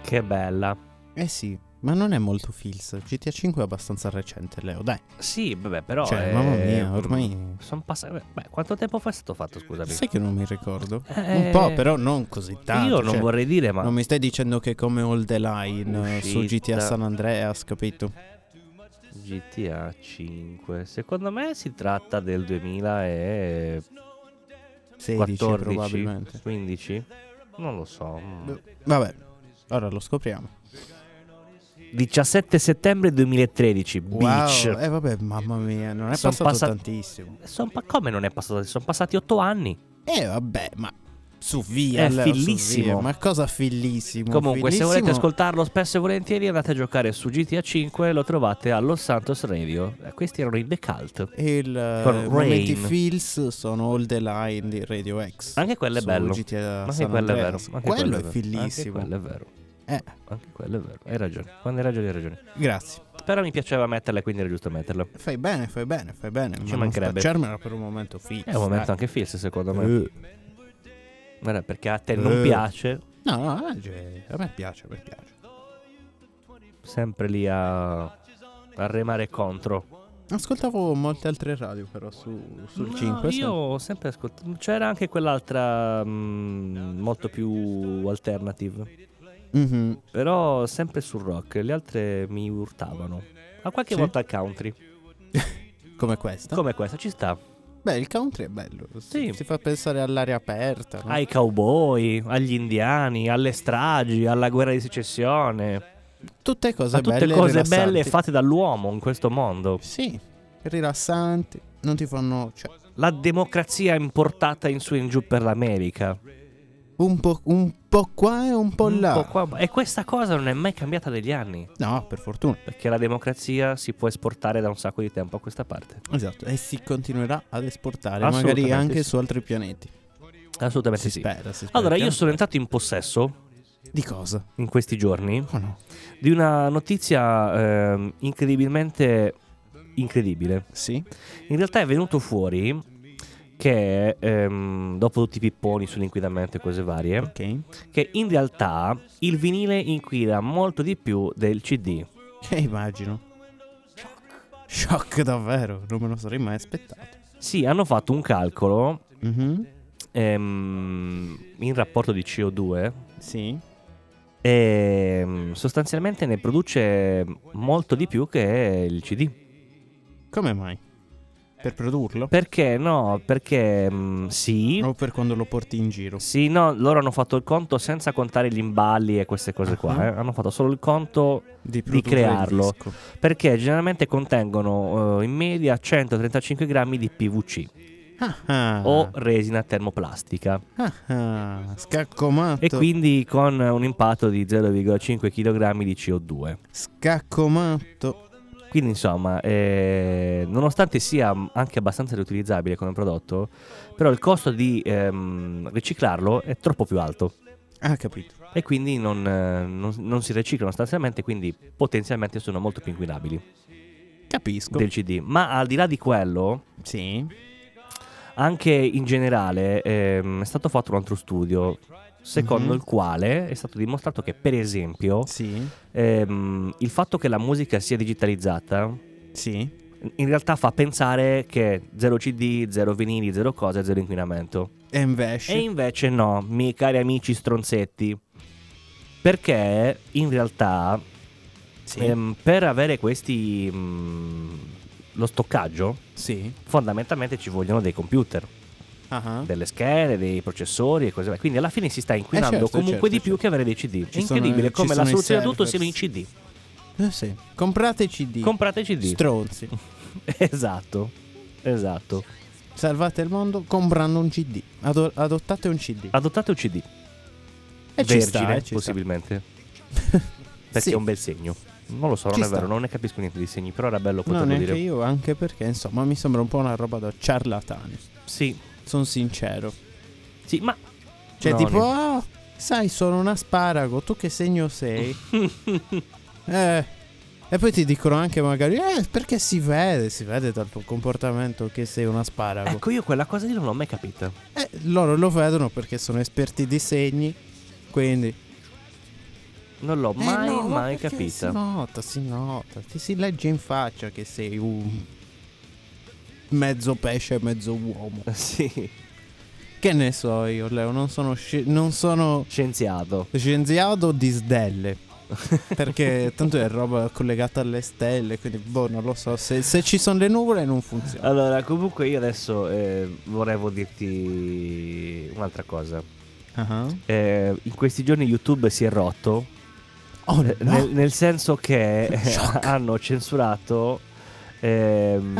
Che bella. Eh sì, ma non è molto Fils. GTA 5 è abbastanza recente, Leo, dai. Sì, vabbè, però. Cioè, eh, mamma mia, ormai- Sono passato. Beh, quanto tempo fa è stato fatto, scusami? Sai che non mi ricordo? Eh, Un po', però non così tanto. Io non cioè, vorrei dire, ma. Non mi stai dicendo che è come All the Line eh, su Uscita. GTA San Andreas, capito? GTA 5. Secondo me si tratta del 2014 16 probabilmente. 15. Non lo so. mm. Vabbè, ora lo scopriamo. 17 settembre 2013. Wow, Beach. eh vabbè, mamma mia, non è Son passato passa- tantissimo. Son pa- come non è passato? Sono passati 8 anni. Eh vabbè, ma su via, È Leo, su fillissimo. via. Ma cosa fillissimo? Comunque, se volete Fillissimo- ascoltarlo spesso e volentieri, andate a giocare su GTA 5. Lo trovate a Los Santos Radio. Eh, Questi erano i The Cult. Il eh, Con momenti Rain. feels sono All the Line di Radio X. Anche quello è Su bello. GTA Ma anche San quello è vero. Andreas. Anche Quello è vero, fillissimo. Anche quello è vero. Eh, Anche quello è vero. Hai ragione. Quando hai ragione, hai ragione. grazie. Però mi piaceva metterla, quindi era giusto metterla. Fai bene, fai bene, fai bene. ma non mancherebbe. spacciarmela per un momento eh. feels. È un momento anche fisso, secondo me. Guarda, perché a te non Eh. piace, No, no, eh, cioè, a me piace, a me piace. sempre lì a, a remare contro. Ascoltavo molte altre radio però su, sul No, 5. Io ho sempre ascoltato. C'era anche quell'altra mm, molto più alternative. Mhm. Però sempre sul rock. Le altre mi urtavano. A qualche Sì? volta al country. Come questa. Come questa, ci sta. Beh, il country è bello. Sì. Si, si fa pensare all'aria aperta. no? Ai cowboy, agli indiani, alle stragi, alla guerra di secessione. Tutte cose A tutte belle. e cose rilassanti. belle fatte dall'uomo in questo mondo. Sì, rilassanti. Non ti fanno. Cioè, La democrazia importata in su e in giù per l'America. un po', un po' qua e un po' Un là. po' qua- E questa cosa non è mai cambiata negli anni. No, per fortuna. Perché la democrazia si può esportare da un sacco di tempo a questa parte. Esatto. E si continuerà ad esportare, Assolutamente magari anche sì. su altri pianeti. Assolutamente Si sì. spera, Certo. si spera. Allora, io sono entrato in possesso Di cosa? in questi giorni Oh no. di una notizia ehm, incredibilmente incredibile. Sì. In realtà è venuto fuori che ehm, dopo tutti i pipponi sull'inquinamento e cose varie, Ok. che in realtà il vinile inquina molto di più del CD. Eh, immagino. Shock. Shock davvero. Non me lo sarei mai aspettato. Sì, hanno fatto un calcolo Mhm. ehm, in rapporto di CO2 Sì. e mm, sostanzialmente ne produce molto di più che il CD. Come mai? Per produrlo? Perché no? Perché mm, sì, O per quando lo porti in giro? sì, no, loro hanno fatto il conto senza contare gli imballi e queste cose Ah. qua, eh. hanno fatto solo il conto Di, produrre il crearlo. disco. perché generalmente contengono eh, in media 135 grammi di PVC Ah, ah. o resina termoplastica Ah, ah, scaccomato. e quindi con un impatto di 0,5 kg di CO2. Scaccomato. Quindi insomma, eh, nonostante sia anche abbastanza riutilizzabile come prodotto, però il costo di ehm, riciclarlo è troppo più alto Ah, capito. e quindi non, eh, non- non si riciclano sostanzialmente, quindi potenzialmente sono molto più inquinabili Capisco. del CD. Ma al di là di quello, Sì. anche in generale ehm, è stato fatto un altro studio Mhm. secondo il quale è stato dimostrato che per esempio Sì. ehm, il fatto che la musica sia digitalizzata Sì. in realtà fa pensare che zero CD, zero vinili, zero cose, zero inquinamento. E invece. E invece no, miei cari amici stronzetti. Perché in realtà Sì. ehm, per avere questi... mm, lo stoccaggio, sì. fondamentalmente ci vogliono dei computer, Ah, ah. delle schede, dei processori e cose varie. Quindi alla fine si sta inquinando certo, comunque certo, di più certo. che avere dei CD. È Ci sono- incredibile ci come la sono i soluzione a tutto server. siano i CD. Eh, sì. Comprate i CD. Comprate i CD. Stronzi. esatto, esatto. Salvate il mondo comprando un CD. Ado- adottate un CD. Adottate un CD. e Eh, ci Ah, vergine, sta, eh, ci sta. possibilmente. Perché Sì. è un bel segno. Non lo so, non Ci è sta. vero, non ne capisco niente di segni, però era bello No, poterlo neanche dire. io, anche perché insomma mi sembra un po' una roba da ciarlatani. Sì, Sono sincero. sì, ma Cioè, No, tipo, ne- "Ah, sai, sono un asparago, tu che segno sei? eh. E poi ti dicono anche magari, eh, perché si vede, si vede dal tuo comportamento che sei un asparago. ecco io quella cosa lì non l'ho mai capita. Eh, loro lo vedono perché sono esperti di segni, quindi... Non l'ho Eh, mai, no, ma mai perché Si capita. nota, si nota. Ti si legge in faccia che sei un mezzo pesce e mezzo uomo. Sì, Che ne so io, Leo, non sono, sci- non sono scienziato. scienziato di stelle. Perché tanto è roba collegata alle stelle, quindi boh, non lo so. Se, se ci sono le nuvole non funziona. Allora, comunque io adesso eh, vorrevo dirti un'altra cosa. Ah. Eh, in questi giorni YouTube si è rotto, Oh, eh, no. nel, nel senso che eh, hanno censurato ehm,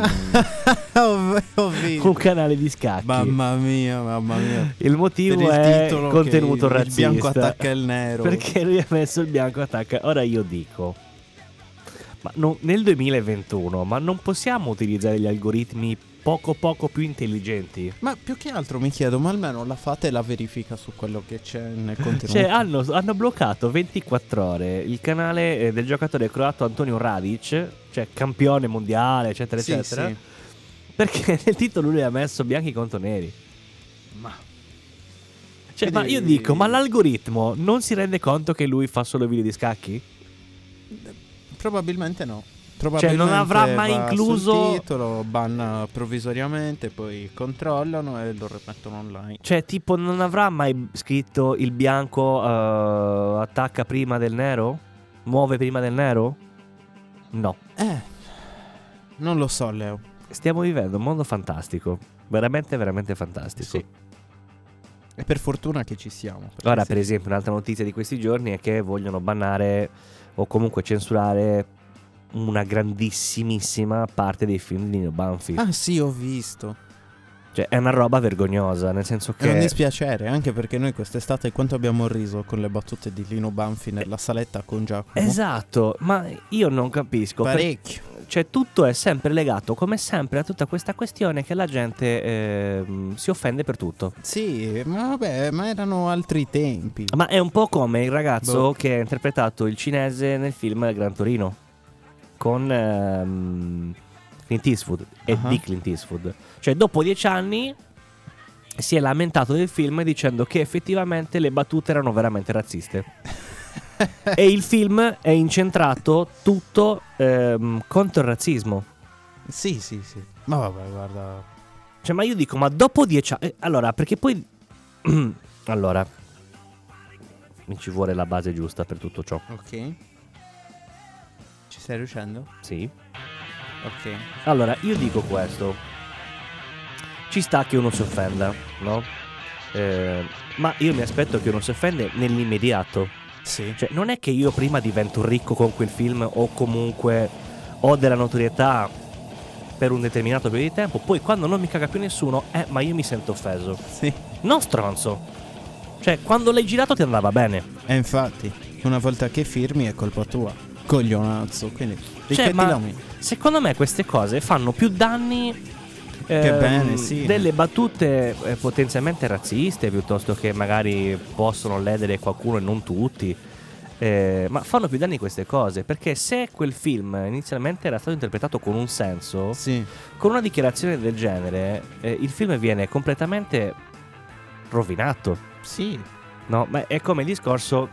ho, ho visto. un canale di scacchi. Mamma mia, mamma mia. Il Per motivo il è titolo che contenuto il- il razzista. bianco attacca il nero. Perché lui ha messo il bianco attacca. Ora io dico. Ma non- nel 2021, ma non possiamo utilizzare gli algoritmi poco poco più intelligenti? Ma più che altro mi chiedo, ma almeno la fate la verifica su quello che c'è nel contenuto. Cioè, hanno, hanno bloccato 24 ore il canale eh, del giocatore croato Antonio Radic, cioè campione mondiale, eccetera, Sì, eccetera. sì. Perché nel titolo lui ha messo bianchi contro neri. Ma- Cioè, ma io Quindi- dico, ma l'algoritmo non si rende conto che lui fa solo video di scacchi? Probabilmente no. Cioè, non avrà Probabilmente mai va sul incluso- titolo, banna provvisoriamente, poi controllano e lo rimettono online. Cioè, tipo, non avrà mai scritto il bianco eh, attacca prima del nero? Muove prima del nero? No. Eh, non lo so, Leo. Stiamo vivendo un mondo fantastico. Veramente, veramente fantastico. Sì. E per fortuna che ci siamo. perché Ora, se- per esempio, un'altra notizia di questi giorni è che vogliono bannare o comunque censurare una grandissimissima parte dei film di Nino Banfi. Ah, sì, ho visto. Cioè, è una roba vergognosa, nel senso È un che... dispiacere, anche perché noi quest'estate quanto abbiamo riso con le battute di Lino Banfi nella saletta con Giacomo. Esatto, ma io non capisco. per- Parecchio. Cioè, tutto è sempre legato, come sempre, a tutta questa questione che la gente ehm, si offende per tutto. Sì, ma vabbè, ma erano altri tempi. Ma è un po' come il ragazzo Boh. che ha interpretato il cinese nel film Gran Torino con ehm, Clint Eastwood e Ah. di Clint Eastwood. Cioè, dopo dieci anni si è lamentato del film dicendo che effettivamente le battute erano veramente razziste. e il film è incentrato tutto ehm, contro il razzismo. Sì, sì, sì. Ma vabbè, guarda. Cioè, ma io dico, ma dopo dieci anni... eh, Allora, perché poi... allora... Mi ci vuole la base giusta per tutto ciò. Ok. Ci stai riuscendo? Sì. Ok. Allora, io dico questo. Ci sta che uno si offenda, no? Eh, ma io mi aspetto che uno si offende nell'immediato. Sì. Cioè, non è che io prima divento ricco con quel film o comunque ho della notorietà per un determinato periodo di tempo, poi quando non mi caga più nessuno, eh, ma io mi sento offeso. Sì. Non stronzo. Cioè, quando l'hai girato ti andava bene. E infatti, una volta che firmi è colpa tua. Coglionazzo, quindi... Cioè, ma- ripetila a me. Secondo me queste cose fanno più danni ehm, bene, sì. delle battute eh, potenzialmente razziste piuttosto che magari possono ledere qualcuno e non tutti. Eh, ma fanno più danni queste cose perché se quel film inizialmente era stato interpretato con un senso, Sì. con una dichiarazione del genere, eh, il film viene completamente rovinato. Sì. No, ma è come il discorso,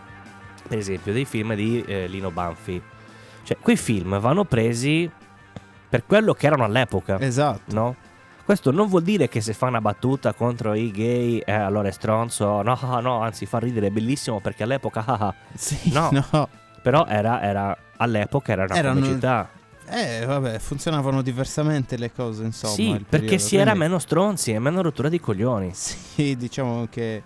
per esempio, dei film di eh, Lino Banfi. Cioè, quei film vanno presi per quello che erano all'epoca, Esatto. no? Questo non vuol dire che se fa una battuta contro i gay, eh, allora è stronzo. No, no, anzi, fa ridere, è bellissimo perché all'epoca, ah, ah. Sì. No. No. Però era, era- all'epoca era una Erano- comicità. Eh, vabbè, funzionavano diversamente le cose, insomma. sì, il perché periodo, si era quindi- meno stronzi e meno rottura di coglioni. Sì, diciamo che...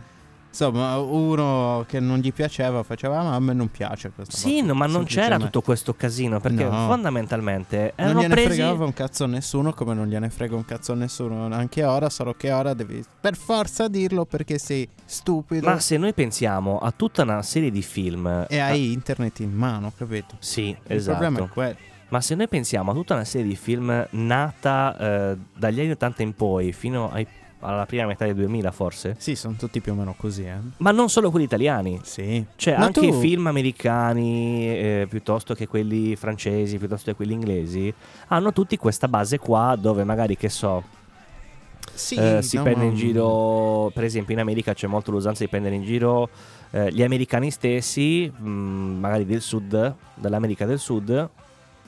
Insomma, uno che non gli piaceva faceva, "Ah, ma a me non piace questa Sì, battuta", no, ma non c'era semplicemente. tutto questo casino perché No. fondamentalmente erano non gliene presi... fregava un cazzo a nessuno come non gliene frega un cazzo a nessuno anche ora, solo che ora devi per forza dirlo perché sei stupido Ma se noi pensiamo a tutta una serie di film. e hai internet in mano, capito? Sì, Il problema è esatto. quello. Ma se noi pensiamo a tutta una serie di film nata eh, dagli anni 80 in poi, fino ai- alla prima metà del 2000 forse. Sì, sono tutti più o meno così, eh. Ma non solo quelli italiani. Sì. Cioè, Ma anche tu- i film americani, eh, piuttosto che quelli francesi, piuttosto che quelli inglesi, hanno tutti questa base qua dove magari, che so, Sì, eh, si no, prende in ma- giro, per esempio in America c'è molto l'usanza di prendere in giro eh, gli americani stessi, mh, magari del sud, dell'America del sud,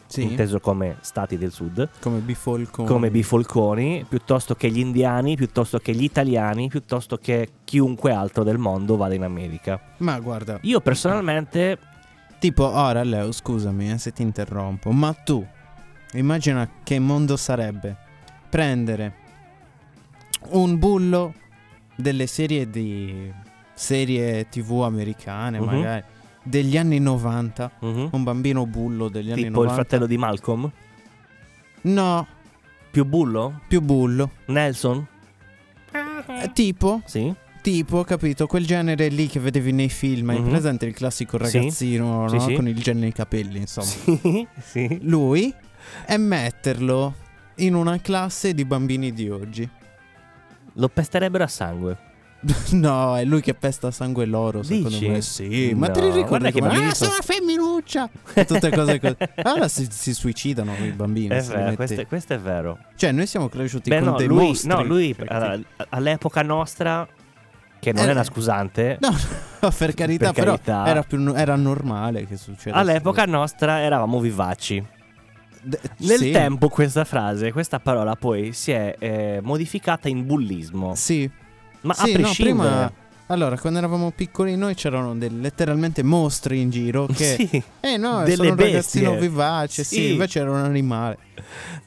Sì, inteso come stati del sud, come bifolco. come bifolconi, piuttosto che gli indiani, piuttosto che gli italiani, piuttosto che chiunque altro del mondo vada in America. Ma guarda, Io personalmente tipo, ora Leo, scusami eh, se ti interrompo, ma tu immagina che mondo sarebbe prendere un bullo delle serie di serie TV americane, Mhm. magari degli anni 90, mhm, un bambino bullo degli Mm-hmm. anni Tipo il 90. fratello di Malcolm? No, Più bullo? più bullo. Nelson? Eh, Tipo Sì? Tipo, capito, quel genere lì che vedevi nei film, hai Mhm. presente il classico Sì. ragazzino Sì, no? sì. con il gel nei capelli, insomma. Sì? Sì? Lui e metterlo in una classe di bambini di oggi. Lo pesterebbero a sangue. no, è lui che pesta sangue loro, secondo Dici? me. Sì, ma No, te li guarda ricordi che come, bambini Ah, sono- sono una femminuccia! E tutte cose così. Allora si, si suicidano i bambini. Eh, se li metti- questo, è- questo è vero. Cioè, noi siamo cresciuti Beh, con no, dei lui, mostri. no, lui eh, Cioè, allora, all'epoca nostra, che non Eh, è una scusante, No, no, per carità, Per però carità. Era, più- era normale che succedesse. all'epoca nostra eravamo vivaci. D- Nel sì, tempo questa frase, questa parola poi si è eh, modificata in bullismo. Sì, Ma sì, a no, prescindere... prima. Allora, quando eravamo piccoli noi c'erano del- letteralmente mostri in giro che... Sì, Eh no, Delle sono un ragazzino bestie. vivace, sì. Sì. invece era un animale.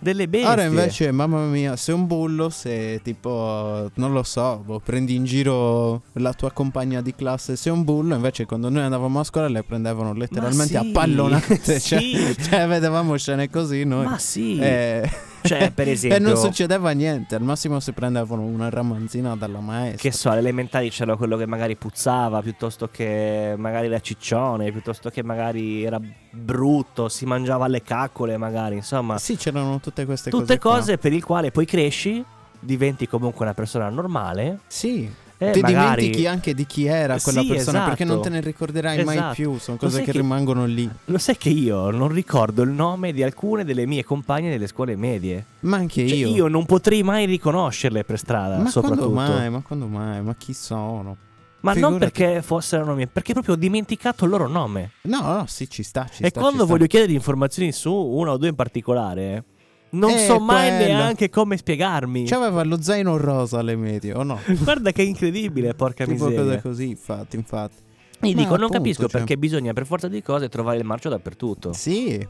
delle bestie. Ora invece, mamma mia, se un bullo, se tipo, non lo so, boh, prendi in giro la tua compagna di classe, se un bullo, invece quando noi andavamo a scuola le prendevano letteralmente sì, a pallonate. sì. Cioè, cioè, vedevamo scene così noi. Ma sì. Eh, Cioè, per e non esempio- succedeva niente, al massimo si prendevano una ramanzina dalla maestra. Che so, alle elementari c'era quello che magari puzzava, piuttosto che magari era ciccione, piuttosto che magari era brutto, si mangiava le caccole magari, insomma. Sì, c'erano tutte queste cose. Tutte qua. cose per il quale poi cresci, diventi comunque una persona normale. Sì. Eh, Ti magari- dimentichi anche di chi era quella Sì, persona esatto. perché non te ne ricorderai mai Esatto. più. Sono Lo cose sai che che- rimangono lì. Lo sai che io non ricordo il nome di alcune delle mie compagne delle scuole medie. Ma anche Cioè, io. non potrei mai riconoscerle per strada, Ma quando soprattutto. mai? Ma quando mai? Ma chi sono? Ma non Figurati. perché fossero mie, perché proprio ho dimenticato il loro nome. No, no, sì, ci sta. Ci e sta, quando ci sta. voglio chiedere informazioni su una o due in particolare, non Eh, so mai quello. neanche come spiegarmi. C'aveva lo zaino rosa alle medie, o no? Guarda che incredibile, porca tipo miseria. cose così, infatti, infatti. Io Ma dico, non appunto, capisco cioè- perché bisogna per forza di cose trovare il marcio dappertutto. Sì,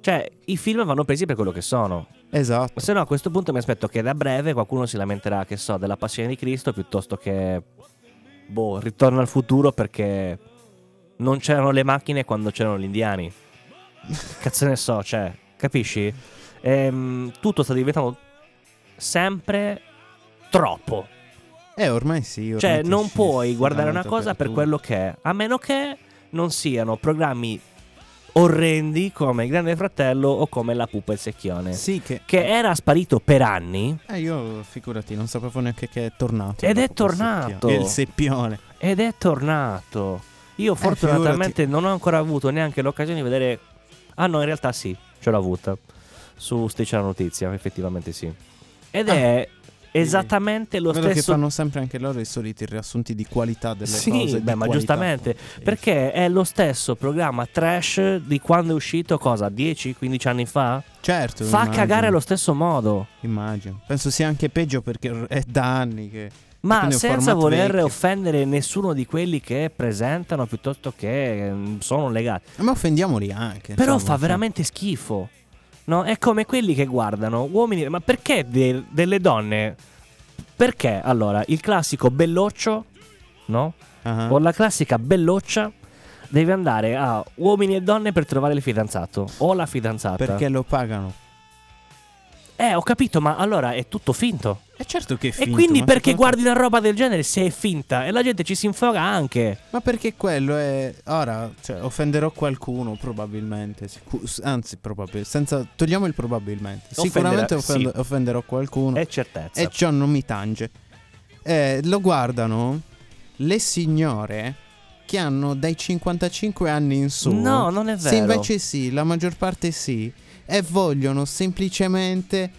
Cioè, i film vanno presi per quello che sono. esatto. Se no, a questo punto mi aspetto che da breve qualcuno si lamenterà, che so, della passione di Cristo piuttosto che. Boh, ritorno al futuro perché non c'erano le macchine quando c'erano gli indiani. Cazzo ne so, cioè, capisci? Ehm, tutto sta diventando sempre troppo. Eh, ormai sì. Ormai Cioè, ti non sci- puoi sci- guardare una veramente cosa per tutto. quello che è, a meno che non siano programmi orrendi come Il Grande Fratello o come La Pupa e il Secchione. Sì, che... Che era sparito per anni Eh, io figurati, non sapevo neanche che è tornato. Ed dopo è quel tornato. seppione. Il seppione. ed è tornato. Eh, Io fortunatamente non ho ancora avuto neanche l'occasione di vedere... Ah no, in realtà sì, ce l'ho avuta. Su Striscia la Notizia, effettivamente sì. Ed Ah. è esattamente lo Vedo che stesso fanno sempre anche loro i soliti riassunti di qualità delle sì, cose. di beh, ma qualità. giustamente perché è lo stesso programma trash di quando è uscito, cosa, 10-15 anni fa? Certo. Fa immagino, cagare allo stesso modo. Immagino. Penso sia anche peggio perché or- è da anni che. Ma quindi è un senza format voler vecchio. offendere nessuno di quelli che presentano piuttosto che mm, sono legati. Ma offendiamoli anche. Però insomma, cioè, fa veramente schifo. No? È come quelli che guardano uomini. Ma perché de- delle donne? Perché allora il classico belloccio, no? Ah. o la classica belloccia devi andare a uomini e donne per trovare il fidanzato o la fidanzata. Perché lo pagano. Eh, ho capito, ma allora è tutto finto. E certo che è e finto, quindi ma perché secondo guardi una roba del genere se è finta e la gente ci si infoga anche. te- Ma perché quello è. Ora, cioè, offenderò qualcuno probabilmente. sicu- Anzi, probabilmente. Senza... Togliamo il probabilmente. Sicuramente Offenderà- Eh, offend- offenderò qualcuno. È certezza. E ciò non mi tange. Eh, lo guardano le signore che hanno dai 55 anni in su. No, non è Se vero. invece sì, la maggior parte sì. E vogliono semplicemente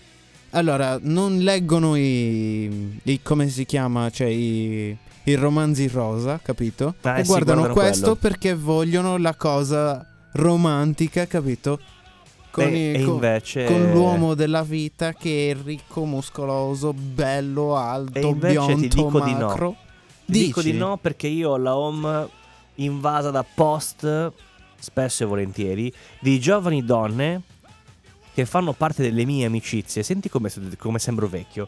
Allora, non leggono i, i- come si chiama, cioè i, i romanzi rosa, capito? Ah, e eh sì, guardano, guardano questo quello. perché vogliono la cosa romantica, capito? E- i- e con- invece- con l'uomo della vita che è ricco, muscoloso, bello, alto, E invece ti biondo, dico di no. macro. Ti Dico Dici? di no perché io ho la home invasa da post, spesso e volentieri, di giovani donne che fanno parte delle mie amicizie. Senti come, come sembro vecchio.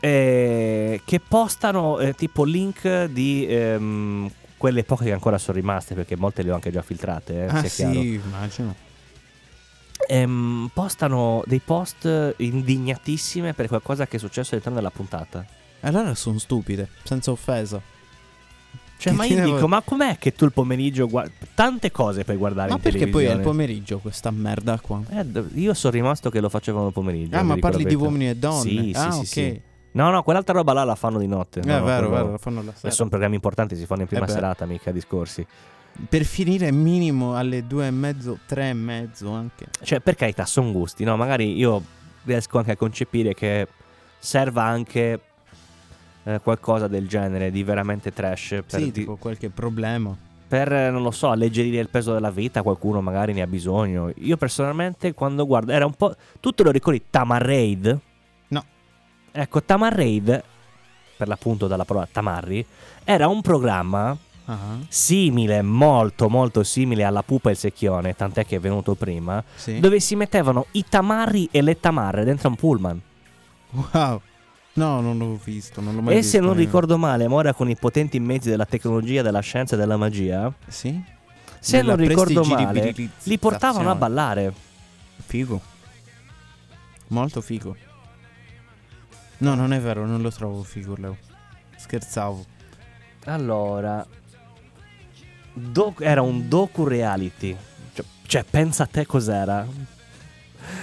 Eh, che postano eh, tipo link di ehm, quelle poche che ancora sono rimaste perché molte le ho anche già filtrate. Eh, Ah sia sì, chiaro. immagino. Ehm, postano dei post indignatissime per qualcosa che è successo all'interno della puntata. Allora sono stupide, senza offesa. Cioè, Che ma te io ne dico, vuoi? ma com'è che tu il pomeriggio guardi tante cose puoi guardare Ma in perché poi è il televisione? pomeriggio questa merda qua? Eh, d- io sono rimasto che lo facevano il pomeriggio. Ah, vi ma dico la parli di verità. uomini e donne? Sì, sì, ah, sì, ok. sì. No, no, quell'altra roba là la fanno di notte. Eh, no, no, vero, quello- vero, lo fanno la eh, sera. Eh Sono programmi importanti, si fanno in prima beh. serata, mica discorsi. Per finire minimo alle due e mezzo, tre e mezzo anche. Cioè, per carità, sono gusti, no? Magari io riesco anche a concepire che serva anche eh, qualcosa del genere, di veramente trash. Per, sì, Cioè, di- tipo qualche problema. per, eh, non lo so, alleggerire il peso della vita, qualcuno magari ne ha bisogno. Io personalmente quando guardo era un po' tu te lo ricordi Tamar Raid? No. Ecco, Tamar Raid per l'appunto dalla parola Tamarri era un programma Ah, simile, molto molto simile alla Pupa e il Secchione, tant'è che è venuto prima, sì. dove si mettevano i tamarri e le tamarre dentro un pullman. Wow. No, non l'ho visto, non l'ho mai e visto. eh. se non nemmeno. ricordo male, ma ora con i potenti mezzi della tecnologia, della scienza e della magia, Sì? se Della non ricordo male, prestigibilizzazione. li portavano a ballare. Figo. Molto figo. No, non è vero, non lo trovo figo, Leo. Scherzavo. Allora, doc- era un docu-reality. Cioè, cioè, pensa a te cos'era.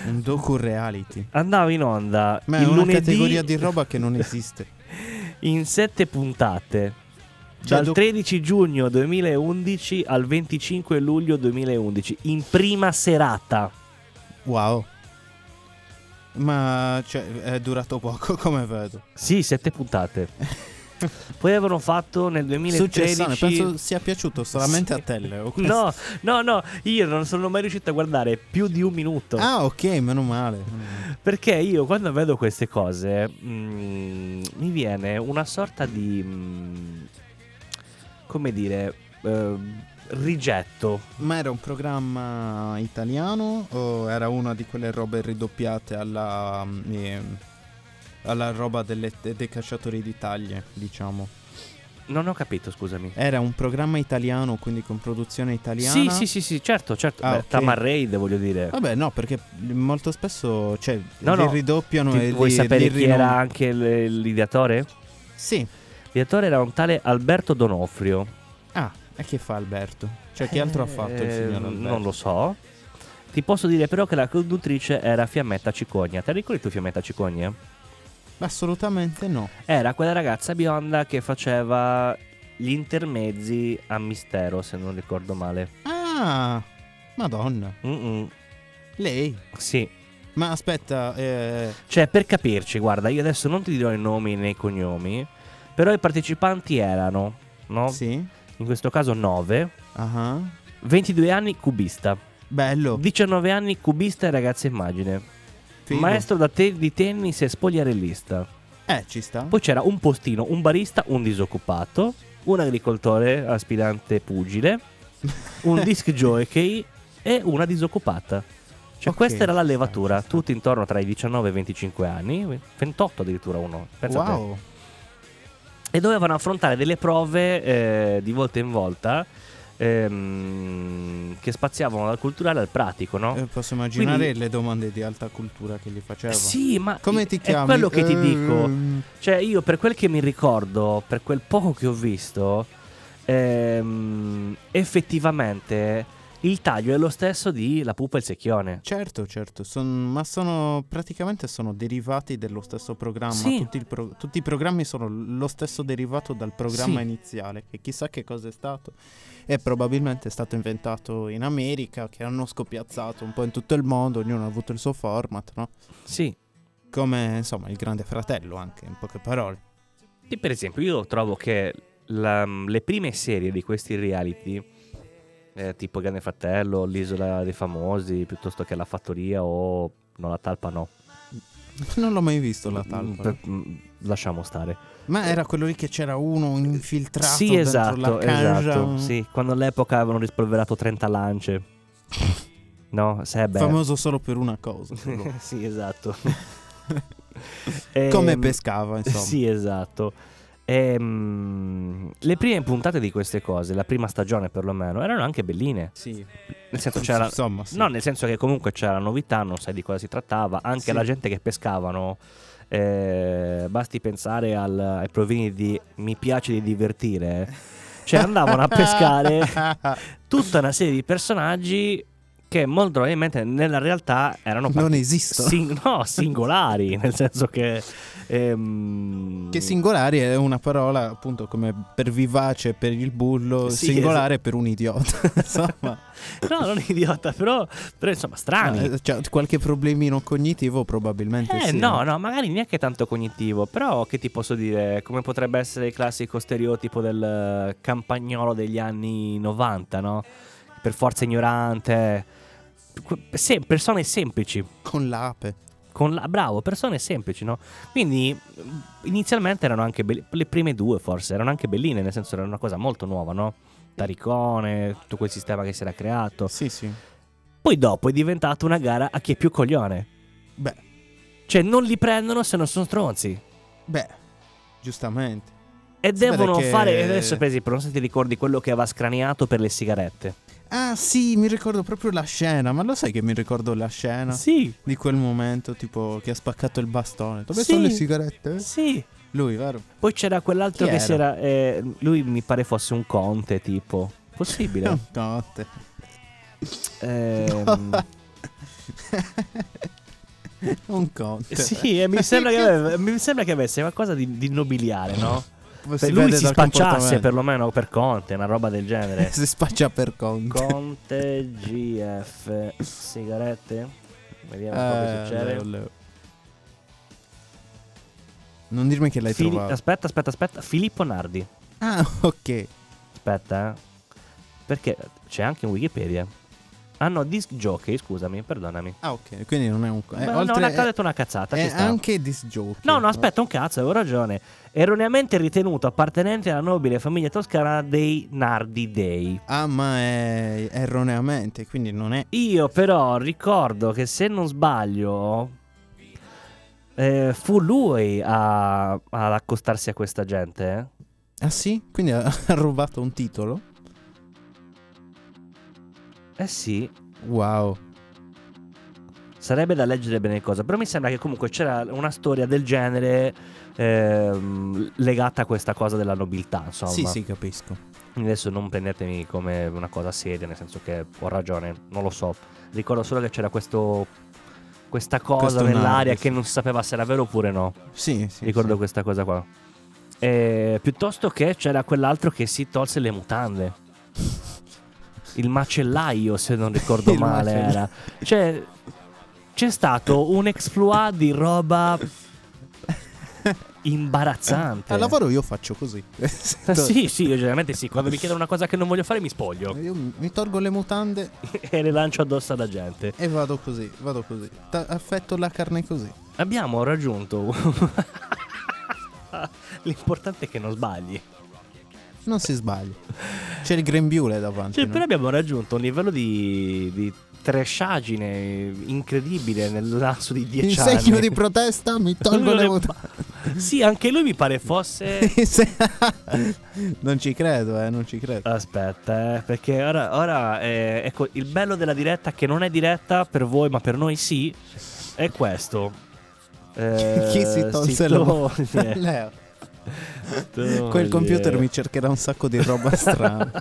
Un docu reality. Andava in onda Ma è il una lunedì categoria di roba che non esiste. in sette puntate. Cioè, dal doc- 13 giugno 2011 al 25 luglio 2011, in prima serata. Wow. Ma cioè, è durato poco, come vedo. Sì, sette puntate. Poi avevano fatto nel 2013 Successone, penso sia piaciuto solamente Sì. a te, Leo. questo. No, no, no, io non sono mai riuscito a guardare più di un minuto. Ah, ok, meno male. Perché io quando vedo queste cose mm, mi viene una sorta di, mm, come dire, eh, rigetto. Ma era un programma italiano o era una di quelle robe ridoppiate alla, ehm, alla roba delle- dei cacciatori d'Italia, diciamo? Non ho capito, scusami. Era un programma italiano, quindi con produzione italiana? Sì, sì, sì, sì, certo, certo. Ah, Beh, ok. Tamar Raid, voglio dire. Vabbè, no, perché molto spesso, cioè, No, li no. ridoppiano Ti- e vuoi li- sapere li chi rinom- era anche l- l'ideatore? Sì. L'ideatore era un tale Alberto Donofrio. Ah, e che fa Alberto? Cioè, che altro ha fatto il Eh, signor Alberto? Non lo so. Ti posso dire però che la conduttrice era Fiammetta Cicogna. Te ricordi tu Fiammetta Cicogna? Assolutamente no. Era quella ragazza bionda che faceva gli intermezzi a mistero, se non ricordo male. Ah, madonna. Mm-mm, Lei. Sì. Ma aspetta, eh, Cioè, per capirci, guarda, io adesso non ti dirò i nomi né i cognomi, però i partecipanti erano, no? sì. In questo caso 9, Ah, 22 anni cubista, bello. 19 anni cubista e ragazza immagine, figo. maestro da te- di tennis e spogliarellista. Eh, ci sta. Poi c'era un postino, un barista, un disoccupato, un agricoltore aspirante pugile, un disc jockey e una disoccupata. Cioè Ok, questa era la ci sta, levatura, ci sta. tutti intorno tra i 19 e i 25 anni, 28 addirittura uno. Pensa a te. wow. E dovevano affrontare delle prove eh, di volta in volta ehm, che spaziavano dal culturale al pratico, no? Eh, posso immaginare Quindi- Eh le domande di alta cultura che gli facevo. Sì, ma Come ti chiami? è quello che ti dico. Ehm, Cioè, io per quel che mi ricordo, per quel poco che ho visto, ehm, effettivamente il taglio è lo stesso di La pupa e il secchione. Certo, certo, son- ma sono praticamente sono derivati dello stesso programma. Sì. Tutti, il pro- tutti i programmi sono lo stesso derivato dal programma Sì. iniziale, che chissà che cosa è stato. E probabilmente è stato inventato in America, che hanno scoppiazzato un po' in tutto il mondo, ognuno ha avuto il suo format, no? Sì. come insomma il grande fratello anche in poche parole. Sì, per esempio, io trovo che la- le prime serie di questi reality, eh, tipo Grande Fratello, L'Isola dei Famosi, piuttosto che La Fattoria o No, La Talpa no. Non l'ho mai visto la Mm, talpa. per- mm, lasciamo stare. Ma era quello lì che c'era uno infiltrato sì, dentro esatto, la cangia. esatto. Sì, quando all'epoca avevano rispolverato 30 lance. No, se è bello. Famoso solo per una cosa. quello. sì, esatto. Come Ehm, pescava, insomma. Sì, esatto. Ehm, le prime puntate di queste cose, la prima stagione perlomeno, erano anche belline. Sì. Nel senso c'era... Insomma, sì. No, nel senso che comunque c'era novità, non sai di cosa si trattava, anche Sì. la gente che pescavano, eh, basti pensare al- ai provini di mi piace di divertire, cioè andavano a pescare tutta una serie di personaggi che molto probabilmente nella realtà erano Non esistono. sing- no, singolari, nel senso che... ehm, Che singolari è una parola appunto come per vivace per il bullo, Sì, singolare per un idiota. insomma, No, non idiota, però, però insomma strani. Eh, cioè, qualche problemino cognitivo probabilmente Ah, Eh sì. no, no, magari neanche tanto cognitivo, però che ti posso dire, come potrebbe essere il classico stereotipo del eh, campagnolo degli anni 90, no? Per forza ignorante, Que- se- persone semplici, Con l'ape. con la- bravo, persone semplici, no? Quindi mm, inizialmente erano anche belli- le prime due forse, erano anche belline, nel senso era una cosa molto nuova, no? Taricone, tutto quel sistema che si era creato. Sì, sì. Poi dopo è diventata una gara a chi è più coglione. Beh, Cioè non li prendono se non sono stronzi. beh, giustamente. E Sì, devono perché- fare. e Adesso, per esempio, non so se ti ricordi quello che aveva scraniato per le sigarette. Ah sì, mi ricordo proprio la scena, ma lo sai che mi ricordo la scena? Sì, Di quel momento tipo che ha spaccato il bastone. Dove Sì. sono le sigarette? sì. Lui, vero? Poi c'era quell'altro Chi che era? si era. eh, lui mi pare fosse un conte, tipo. Possibile. Notte. Ehm, Un conte. sì, e mi sembra, che aveva- mi sembra che avesse qualcosa di, di nobiliare, no? Cioè, Si lui vede si dal spacciasse comportamento. perlomeno per conte, una roba del genere. Si spaccia per conte. conte GF sigarette. Vediamo un po' che Eh, succede. leo, leo. Non dirmi che l'hai Fili- trovato. aspetta, aspetta, aspetta. Filippo Nardi. Ah, ok. Aspetta, eh. Perché c'è anche in Wikipedia. Ah no, disc jockey, scusami, perdonami. Ah, ok. Quindi non è un. co- eh, Ma no, oltre- no, è- ho detto una cazzata, ci è sta. anche disgioco. No, no, aspetta, un cazzo, avevo ragione. Erroneamente ritenuto appartenente alla nobile famiglia toscana dei Nardi Dei. Ah, ma è erroneamente, quindi non è. Io però ricordo che se non sbaglio eh, fu lui a- ad accostarsi a questa gente. eh. Ah, sì? Quindi ha ha rubato un titolo? Eh sì, Wow. Sarebbe da leggere bene cosa, però mi sembra che comunque c'era una storia del genere ehm, legata a questa cosa della nobiltà, insomma. Sì, sì, capisco. Quindi Adesso non prendetemi come una cosa seria, nel senso che ho ragione, non lo so. Ricordo solo che c'era questo, questa cosa Questo nell'aria nardo, sì. che non si sapeva se era vero oppure no. Sì, sì. Ricordo sì. questa cosa qua. Eh, piuttosto che c'era quell'altro che si tolse le mutande. Il macellaio, se non ricordo Il male, macellaio. era. Cioè, c'è stato un exploit di roba imbarazzante. Eh, Al lavoro io faccio così. Sento- Sì, sì, io generalmente sì. Quando mi chiedono una cosa che non voglio fare, mi spoglio Io mi mi tolgo le mutande e le lancio addosso alla gente. e vado così, vado così. Ta- affetto la carne così. Abbiamo raggiunto. L'importante è che non sbagli. Non si sbaglia. C'è il grembiule davanti. Cioè, no? però abbiamo raggiunto un livello di, di trasciagine incredibile nel lasso di In 10 anni. segno di protesta mi tolgo le mutande. Sì, anche lui mi pare fosse. Se- non ci credo, eh, non ci credo. Aspetta, eh, perché ora, ora, eh, ecco, il bello della diretta che non è diretta per voi, ma per noi sì, è questo. Eh, Chi si tolse la toglie- Leo, eh, toglie. quel computer mi cercherà un sacco di roba strana.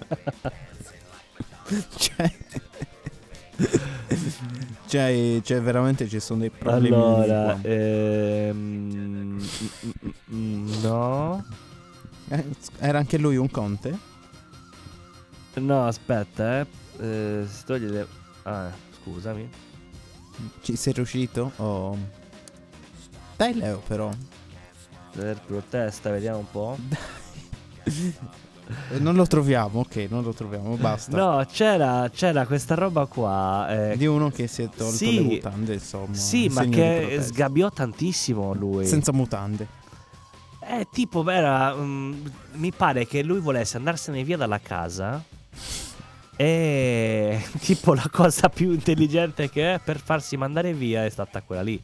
cioè, cioè, cioè, veramente ci sono dei problemi. Allora, qua. ehm, mm, mm, mm, no. Eh, Era anche lui un conte? No, aspetta, eh. Eh, si toglie le... Ah, scusami. Ci sei riuscito? Oh. Dai Leo però. Per protesta, vediamo un po'. Eh, Non lo troviamo, ok, non lo troviamo, basta. No, c'era, c'era questa roba qua. eh, Di uno che si è tolto Sì. le mutande, insomma. sì, in ma segno di che protesta. sgabbiò tantissimo lui. Senza mutande. Eh, tipo, era, mm, mi pare che lui volesse andarsene via dalla casa. E tipo la cosa più intelligente che è per farsi mandare via è stata quella lì.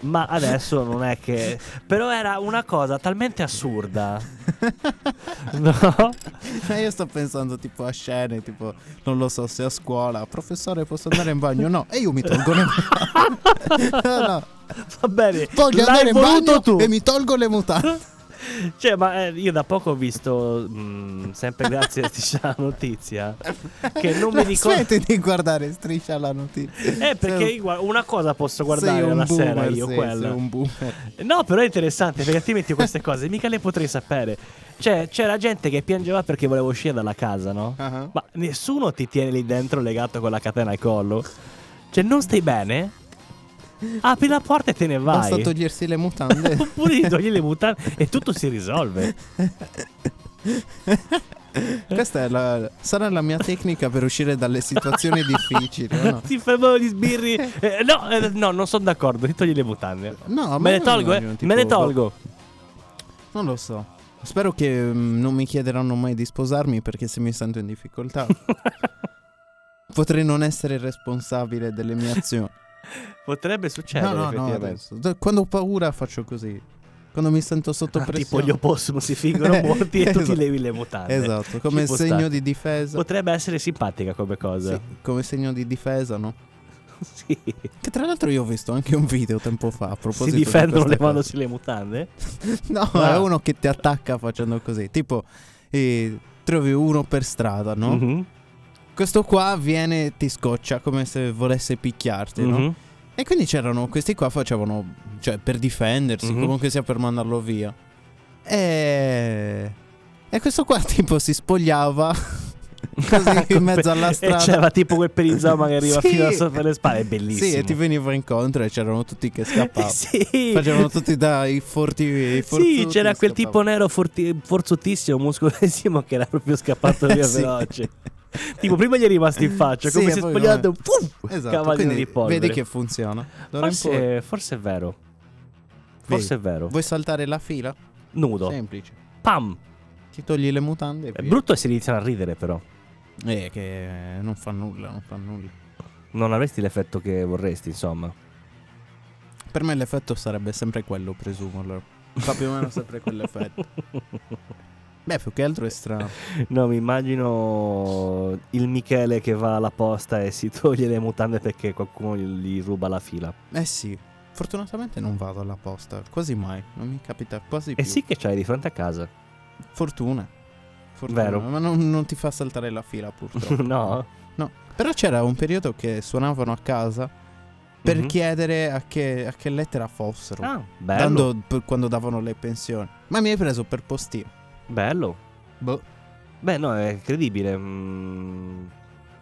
Ma adesso non è che. Però era una cosa talmente assurda. No? Ma io sto pensando tipo a scene, tipo, non lo so se a scuola, professore posso andare in bagno? No, e io mi tolgo le mutande. no, no. Va bene. Voglio andare l'hai in voluto bagno tu. e mi tolgo le mutande. Cioè, ma eh, io da poco ho visto, mm, sempre grazie a questa notizia, che non mi ricordo... Smetti di guardare striscia la notizia. Eh, perché Sei- io guardo- una cosa posso sei guardare un la boomer, sera io, sei- quella. sei un boomer. No, però è interessante, perché altrimenti queste cose mica le potrei sapere. Cioè, c'era gente che piangeva perché voleva uscire dalla casa, no? Ah. Ma nessuno ti tiene lì dentro legato con la catena al collo. Cioè, non stai bene? Apri la porta e te ne vai. Basta togliersi le mutande. Oppure gli togli le mutande e tutto si risolve. Questa è la- sarà la mia tecnica per uscire dalle situazioni difficili. o No, Ti fermano gli sbirri. Eh, no, eh, no, non sono d'accordo. Ti togli le mutande. No, ma me le io tolgo, eh. immagino, tipo, Me le tolgo. Non lo so. Spero che mm, non mi chiederanno mai di sposarmi perché se mi sento in difficoltà potrei non essere responsabile delle mie azioni. Potrebbe no, succedere. no, no, Cioè, effettivamente. adesso. D- Quando ho paura faccio così. Quando mi sento sotto Ah, tipo pressione. gli opossum si fingono morti e tu ti Esatto. levi le mutande. Esatto, Ci come può segno stare. di difesa. Potrebbe essere simpatica come cosa. Sì, come segno di difesa, no? Sì. Che tra l'altro io ho visto anche un video tempo fa a Si proposito di difendono queste cose. levandosi le mutande. No, Ah. è uno che ti attacca facendo così. Tipo, eh, trovi uno per strada, no? Mhm, Questo qua viene e ti scoccia come se volesse picchiarti, no? mhm. E quindi c'erano questi qua facevano, cioè per difendersi, Mhm. comunque sia per mandarlo via. E... e questo qua tipo si spogliava così in mezzo alla strada. E c'era tipo quel perizoma che arriva Sì. fino a sopra le spalle. È bellissimo. Sì, e ti veniva incontro e c'erano tutti che scappavano. Sì. Facevano tutti dai forti. i Sì, forzuti, c'era quel scappavano. tipo nero forti- forzutissimo, muscolissimo che era proprio scappato via Sì. veloce. Tipo, prima gli è rimasto in faccia, Sì, come e se poi spogliato, come- pum, Esatto, cavallino quindi di polvere. vedi che funziona. D'ora in poi- forse, forse è vero. Forse è vero. Vuoi saltare la fila? Nudo. Semplice. Pam. Ti togli le mutande e È via. brutto se iniziano a ridere, però. Eh, che eh, non fa nulla, non fa nulla. Non avresti l'effetto che vorresti, insomma. Per me l'effetto sarebbe sempre quello, presumo. Allora. Fa più o meno sempre quell'effetto. Beh, più che altro è strano. No, mi immagino il Michele che va alla posta e si toglie le mutande perché qualcuno gli ruba la fila. Eh sì, fortunatamente non vado alla posta, quasi mai. Non mi capita quasi E più. Eh sì che c'hai di fronte a casa. Fortuna. Fortuna. Vero. Ma non, non ti fa saltare la fila, purtroppo. no? No. Però c'era un periodo che suonavano a casa per Mhm. chiedere a che, a che lettera fossero. Ah, bello. dando- per- quando davano le pensioni. Ma mi hai preso per postino. Bello. Boh. Beh, no, è incredibile. mm,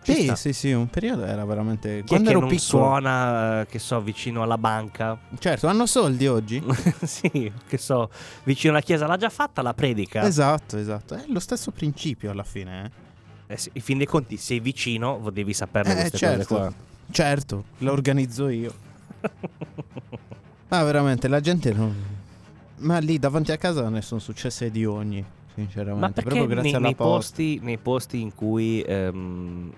ci Sì, sta. sì, sì, un periodo era veramente. Chi è quando che ero non piccolo. suona, eh, che so, vicino alla banca? Certo, hanno soldi oggi. sì, che so, vicino alla chiesa l'ha già fatta la predica. Esatto, esatto. È lo stesso principio alla fine. Eh. Eh, sì, in fin dei conti, sei vicino, vo- devi saperle Eh, queste certo. cose Certo, lo organizzo io. Ma veramente la gente non. Ma lì davanti a casa ne sono successe di ogni, qua. Ma sinceramente. perché Proprio grazie nei, alla nei posta. posti, nei posti in cui... ehm,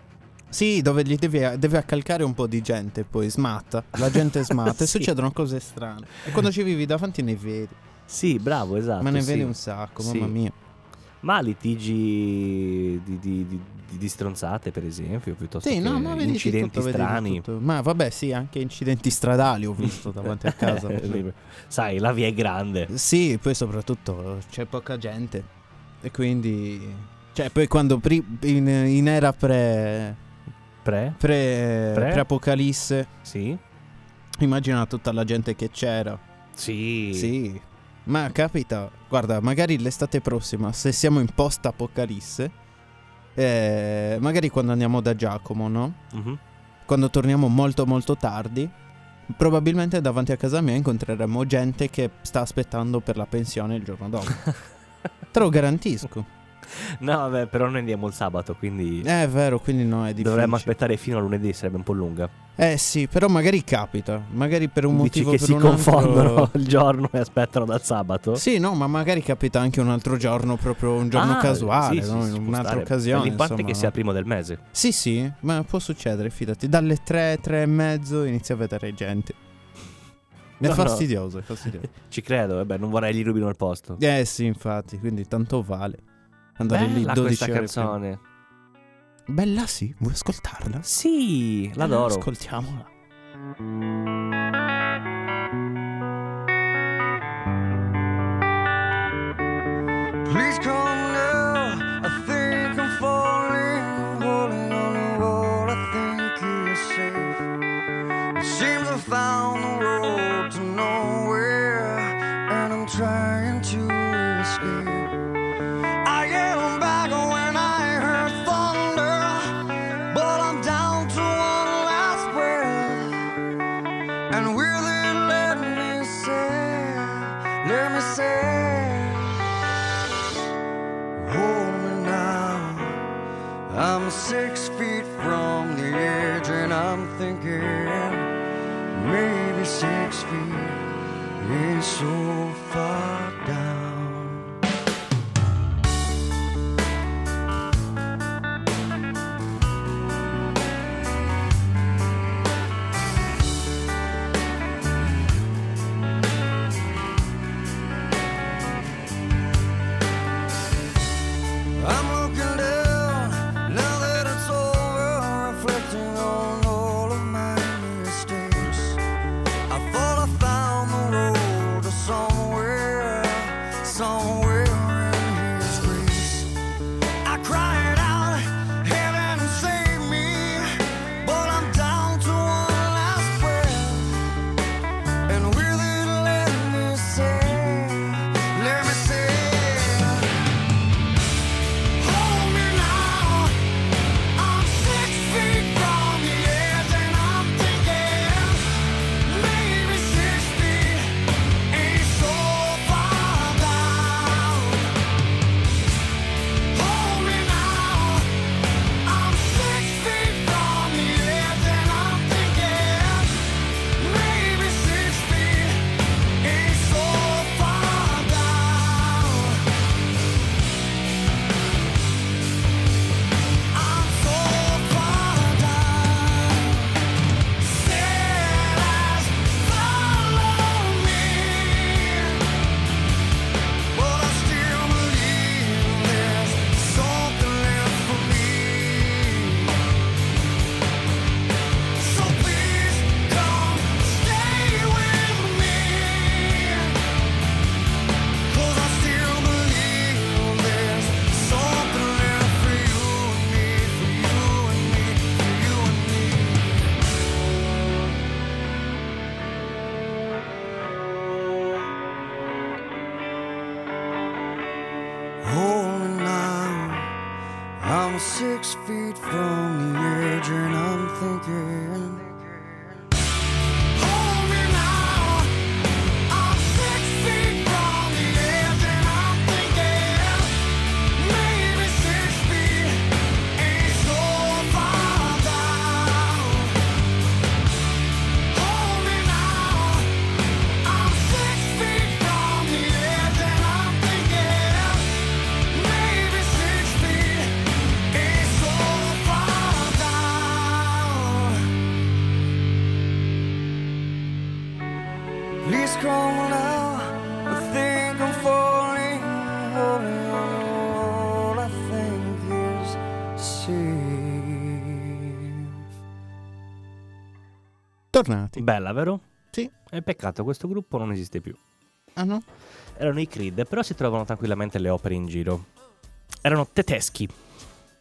Sì, dove gli devi, devi accalcare un po' di gente, poi smatta. La gente smatta e Sì. succedono cose strane. E quando ci vivi davanti ne vedi. sì, bravo, esatto. ma ne sì. vedi un sacco, Sì. mamma mia. Ma litigi di, di- di- di- di stronzate, per esempio, piuttosto Sì, che no, ma vedi di incidenti tutto, vedi di strani. tutto. Ma vabbè, sì, anche incidenti stradali ho visto davanti a casa. Eh, Sai, la via è grande. Sì, poi soprattutto c'è poca gente e quindi... Cioè, poi quando pri- in, in era pre, Pre? pre, Pre? apocalisse Sì. immagina tutta la gente che c'era. Sì. Sì. Ma capita, guarda, magari l'estate prossima, se siamo in post-apocalisse, eh, magari quando andiamo da Giacomo, no? Mhm. Quando torniamo molto molto tardi, Probabilmente davanti a casa mia incontreremo gente che sta aspettando per la pensione il giorno dopo. Te lo garantisco. No, vabbè, però noi andiamo il sabato, quindi Eh, È vero, quindi no, è difficile. dovremmo aspettare fino a lunedì, sarebbe un po' lunga. Eh sì, però magari capita. Magari per un Dici motivo o che per si un altro- confondono il giorno e aspettano dal sabato? Sì, no, ma magari capita anche un altro giorno, proprio un giorno Ah, casuale, sì, sì, no? sì, in ci può un'altra stare. occasione. L'importante è che sia insomma. il primo del mese. Sì, sì, ma può succedere, fidati. Dalle 3, 3 e mezzo inizia a vedere gente. È No, no. fastidioso, è fastidioso. Ci credo, vabbè, non vorrei gli rubino il posto. eh sì, infatti, quindi tanto vale. Andare lì Bella 12 questa ore canzone. prima. Bella sì, vuoi ascoltarla? Sì, l'adoro. Ascoltiamola. Please come now. I think I'm falling, holding on to what I think is safe. It seems I found the road to nowhere, and I'm trying to escape. I am back when I heard thunder, but I'm down to one last breath. And will it let me say? Let me say. Hold me now. I'm six feet from the edge, and I'm thinking maybe six feet is so far down. I'm looking down now that it's over, reflecting on all of my mistakes. I thought I found the road to somewhere, somewhere in His grace. I cried out, "Heaven save me," but I'm down to one last breath. And will it let me say? Let me say. Hold me now. I'm six feet from the edge, and I'm thinking maybe six feet ain't so far down. Hold me now. I'm six feet from the edge, and I'm thinking maybe six feet ain't so far down. I'm so far down. Said follow me, but I still believe there's something left for me. So please come stay with me, 'cause I still believe there's something left for you and me, for you and me, for you and me. Holy now, I'm six feet from the edge and I'm thinking. Hold me now, I'm six feet from the edge and I'm thinking maybe six feet ain't so far down. Hold me now. I'm six feet from the edge and I'm thinking maybe six feet is so far down. Please come now. I think I'm falling, holding on to all I think is safe. Tornati. Bella, vero? Sì. È peccato, questo gruppo non esiste più. Ah no? Erano i Creed, però si trovano tranquillamente le opere in giro. Erano tedeschi.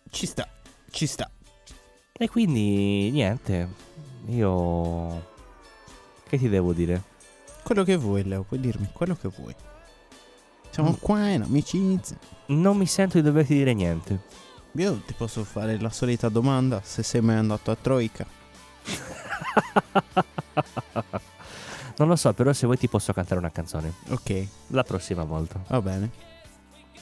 Ci sta, ci sta. E quindi niente. Io. Che ti devo dire? Quello che vuoi, Leo, puoi dirmi quello che vuoi. Siamo Mm. qua in amicizia. Non mi sento di doverti dire niente. Io ti posso fare la solita domanda se sei mai andato a Troica. Non lo so, però se vuoi ti posso cantare una canzone. Ok, La prossima volta. va bene.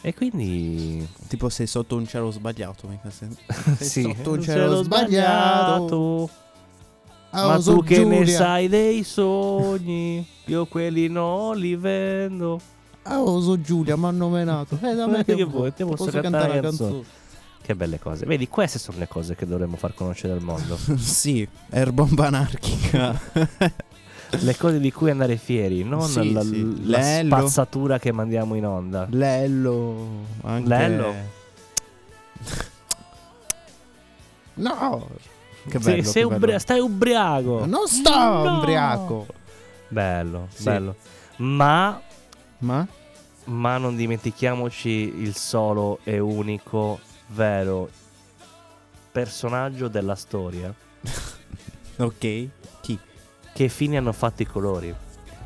E quindi... Tipo sei sotto un cielo sbagliato, mi fa sen- Sei sì. sotto Non un ce cielo l'ho sbagliato. Ah, oh, Ma House tu of che ne Giulia. sai dei sogni? Io quelli non li vendo. Ah, oh, so Giulia, mi hanno menato. Eh, da me Che che vuoi, vuoi? te posso, posso cantare cantare la canzone. canzone. Che belle cose. Vedi, queste sono le cose che dovremmo far conoscere al mondo. sì, erbomba anarchica. le cose di cui andare fieri, non Sì, la, sì. la Lello. spazzatura che mandiamo in onda. Lello. Anche... Lello. No, Che Se- bello. sei che ubri- bello. stai ubriaco. non sto No. ubriaco. Bello, Sì. bello. Ma, Ma? ma non dimentichiamoci il solo e unico vero personaggio della storia. Ok. Chi? Che fine hanno fatto i colori?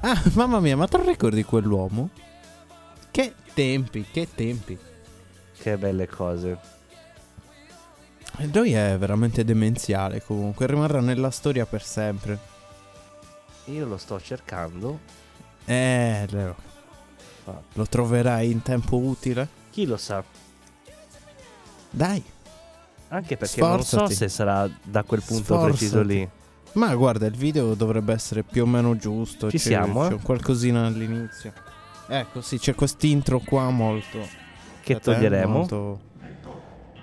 Ah, mamma mia, ma te lo ricordi quell'uomo? Che tempi, che tempi. Che belle cose. E Lui è veramente demenziale comunque, rimarrà nella storia per sempre. Io lo sto cercando. Eh, Leo. Lo troverai in tempo utile? Chi lo sa? Dai. Anche perché non so Sforzati. se sarà da quel punto Sforzati. preciso lì. Ma guarda, il video dovrebbe essere più o meno giusto. Ci c'è, siamo, c'è eh? qualcosina all'inizio. Ecco, sì, c'è quest'intro qua molto. Che eh, toglieremo. molto-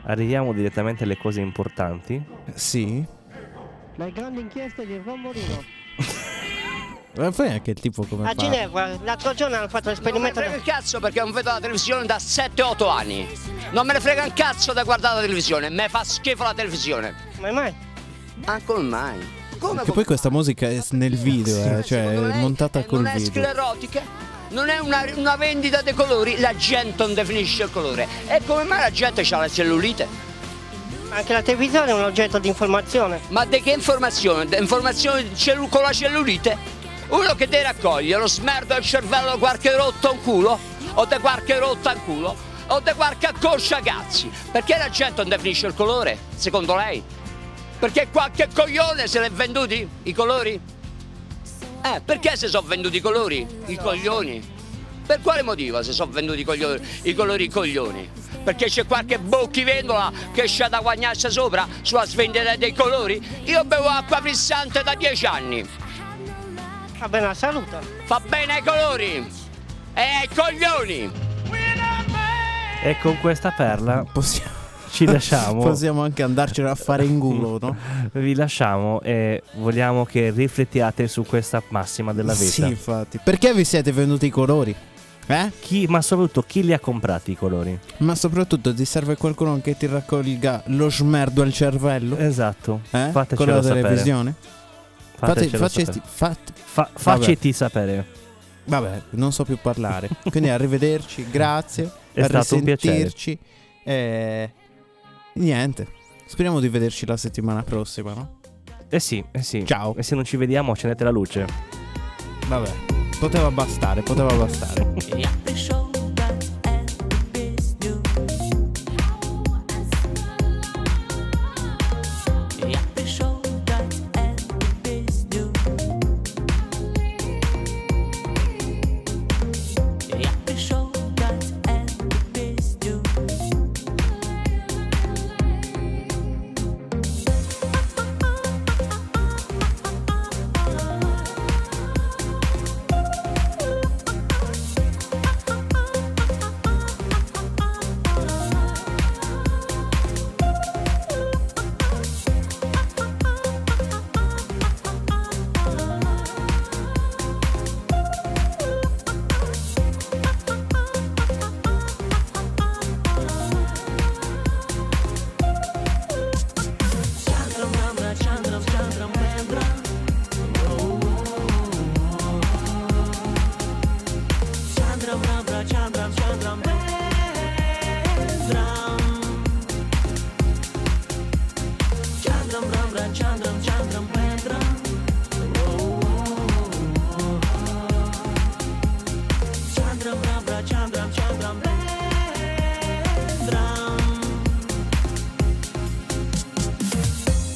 Arriviamo direttamente alle cose importanti. Sì. La grande inchiesta di Ron Molino. Ma poi anche il tipo come Ah, A fa. Ginevra, l'altro giorno hanno fatto Non me ne l'esperimento. frega il cazzo perché non vedo la televisione da 7-8 anni. Non me ne frega un cazzo da guardare la televisione, me fa schifo la televisione. Come mai? Ancora mai. Come Che poi questa musica è s- nel video, eh, cioè Secondo è lei, montata eh, col Non è video. sclerotica, non è una, una vendita dei colori, la gente non definisce il colore. E come mai la gente ha la cellulite? Anche la televisione è un oggetto di informazione. Ma di che informazione? De informazione cellu- con la cellulite? Uno che ti raccoglie lo smerdo del cervello di qualche rotto un culo? O di qualche rotta un culo? O di qualche coscia cazzi? Perché la gente non definisce il colore, secondo lei? Perché qualche coglione se l'è venduti i colori? Eh, perché se sono venduti i colori? I coglioni? Per quale motivo se sono venduti i, coglio- i colori i coglioni? Perché c'è qualche bocchivendola che c'ha da guagnarsi sopra sulla svendita dei colori? Io bevo acqua fissante da dieci anni, Va bene la salute. fa bene ai colori e ai coglioni! E con questa perla Possiamo, ci lasciamo. possiamo anche andarcene a fare in culo, no? Vi lasciamo e vogliamo che riflettiate su questa massima della vita. Sì, infatti. Perché vi siete venduti i colori? Eh? Chi, ma soprattutto chi li ha comprati i colori? Ma soprattutto ti serve qualcuno che ti raccolga lo smerdo al cervello? Esatto. Eh? Con Fatecelo la sapere. televisione? Fate, Fatecelo facesti- sapere. fate- Fa- faceti sapere. vabbè, non so più parlare. Quindi arrivederci, grazie. È a stato un piacere. risentirci. E niente. Speriamo di vederci la settimana prossima, no? Eh sì, eh sì. Ciao. E se non ci vediamo, accendete la luce. Vabbè. Poteva bastare, poteva bastare.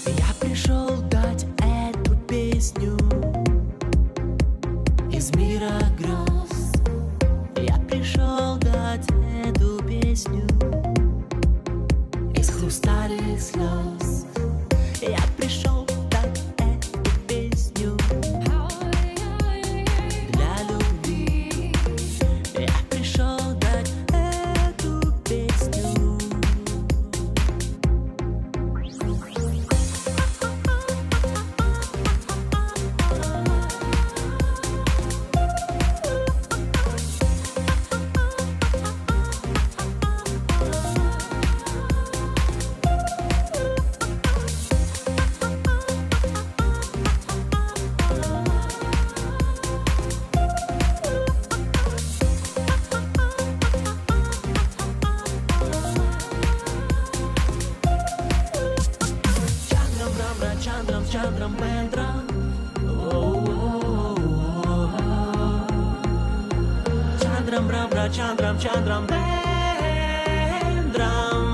Я пришел дать эту песню Chandram Chandram Dendram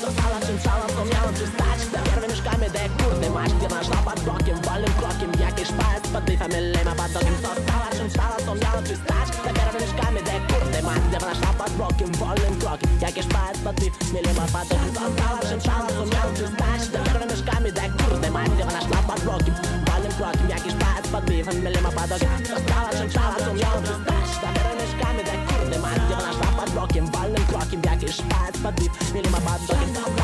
Zostałam czym chciałam, to miałam czym stać Za pierwym mieszkamy, de kurde masz Gdzie nasza pod blokiem, wolnym krokiem Jakieś fest, poddychamy lema pod okiem Zostałam czym chciałam, to miałam czym stać Za pierwym mieszkamy, de kurde masz Gdzie nasza pod blokiem, wolnym krokiem Jakieś fest, poddychamy lema pod okiem Zostałam czym chciałam, to miałam czym stać Za pierwym mieszkamy, de kurde masz Gdzie nasza pod blokiem, wolnym krokiem Jakieś fest, poddychamy lema pod okiem Zostałam czym chciałam, to miałam czym stać Za pierwym mieszkamy, de kurde masz Gdzie nasza pod blokiem, wolnym krokiem Jakieś fest, poddychamy lema pod okiem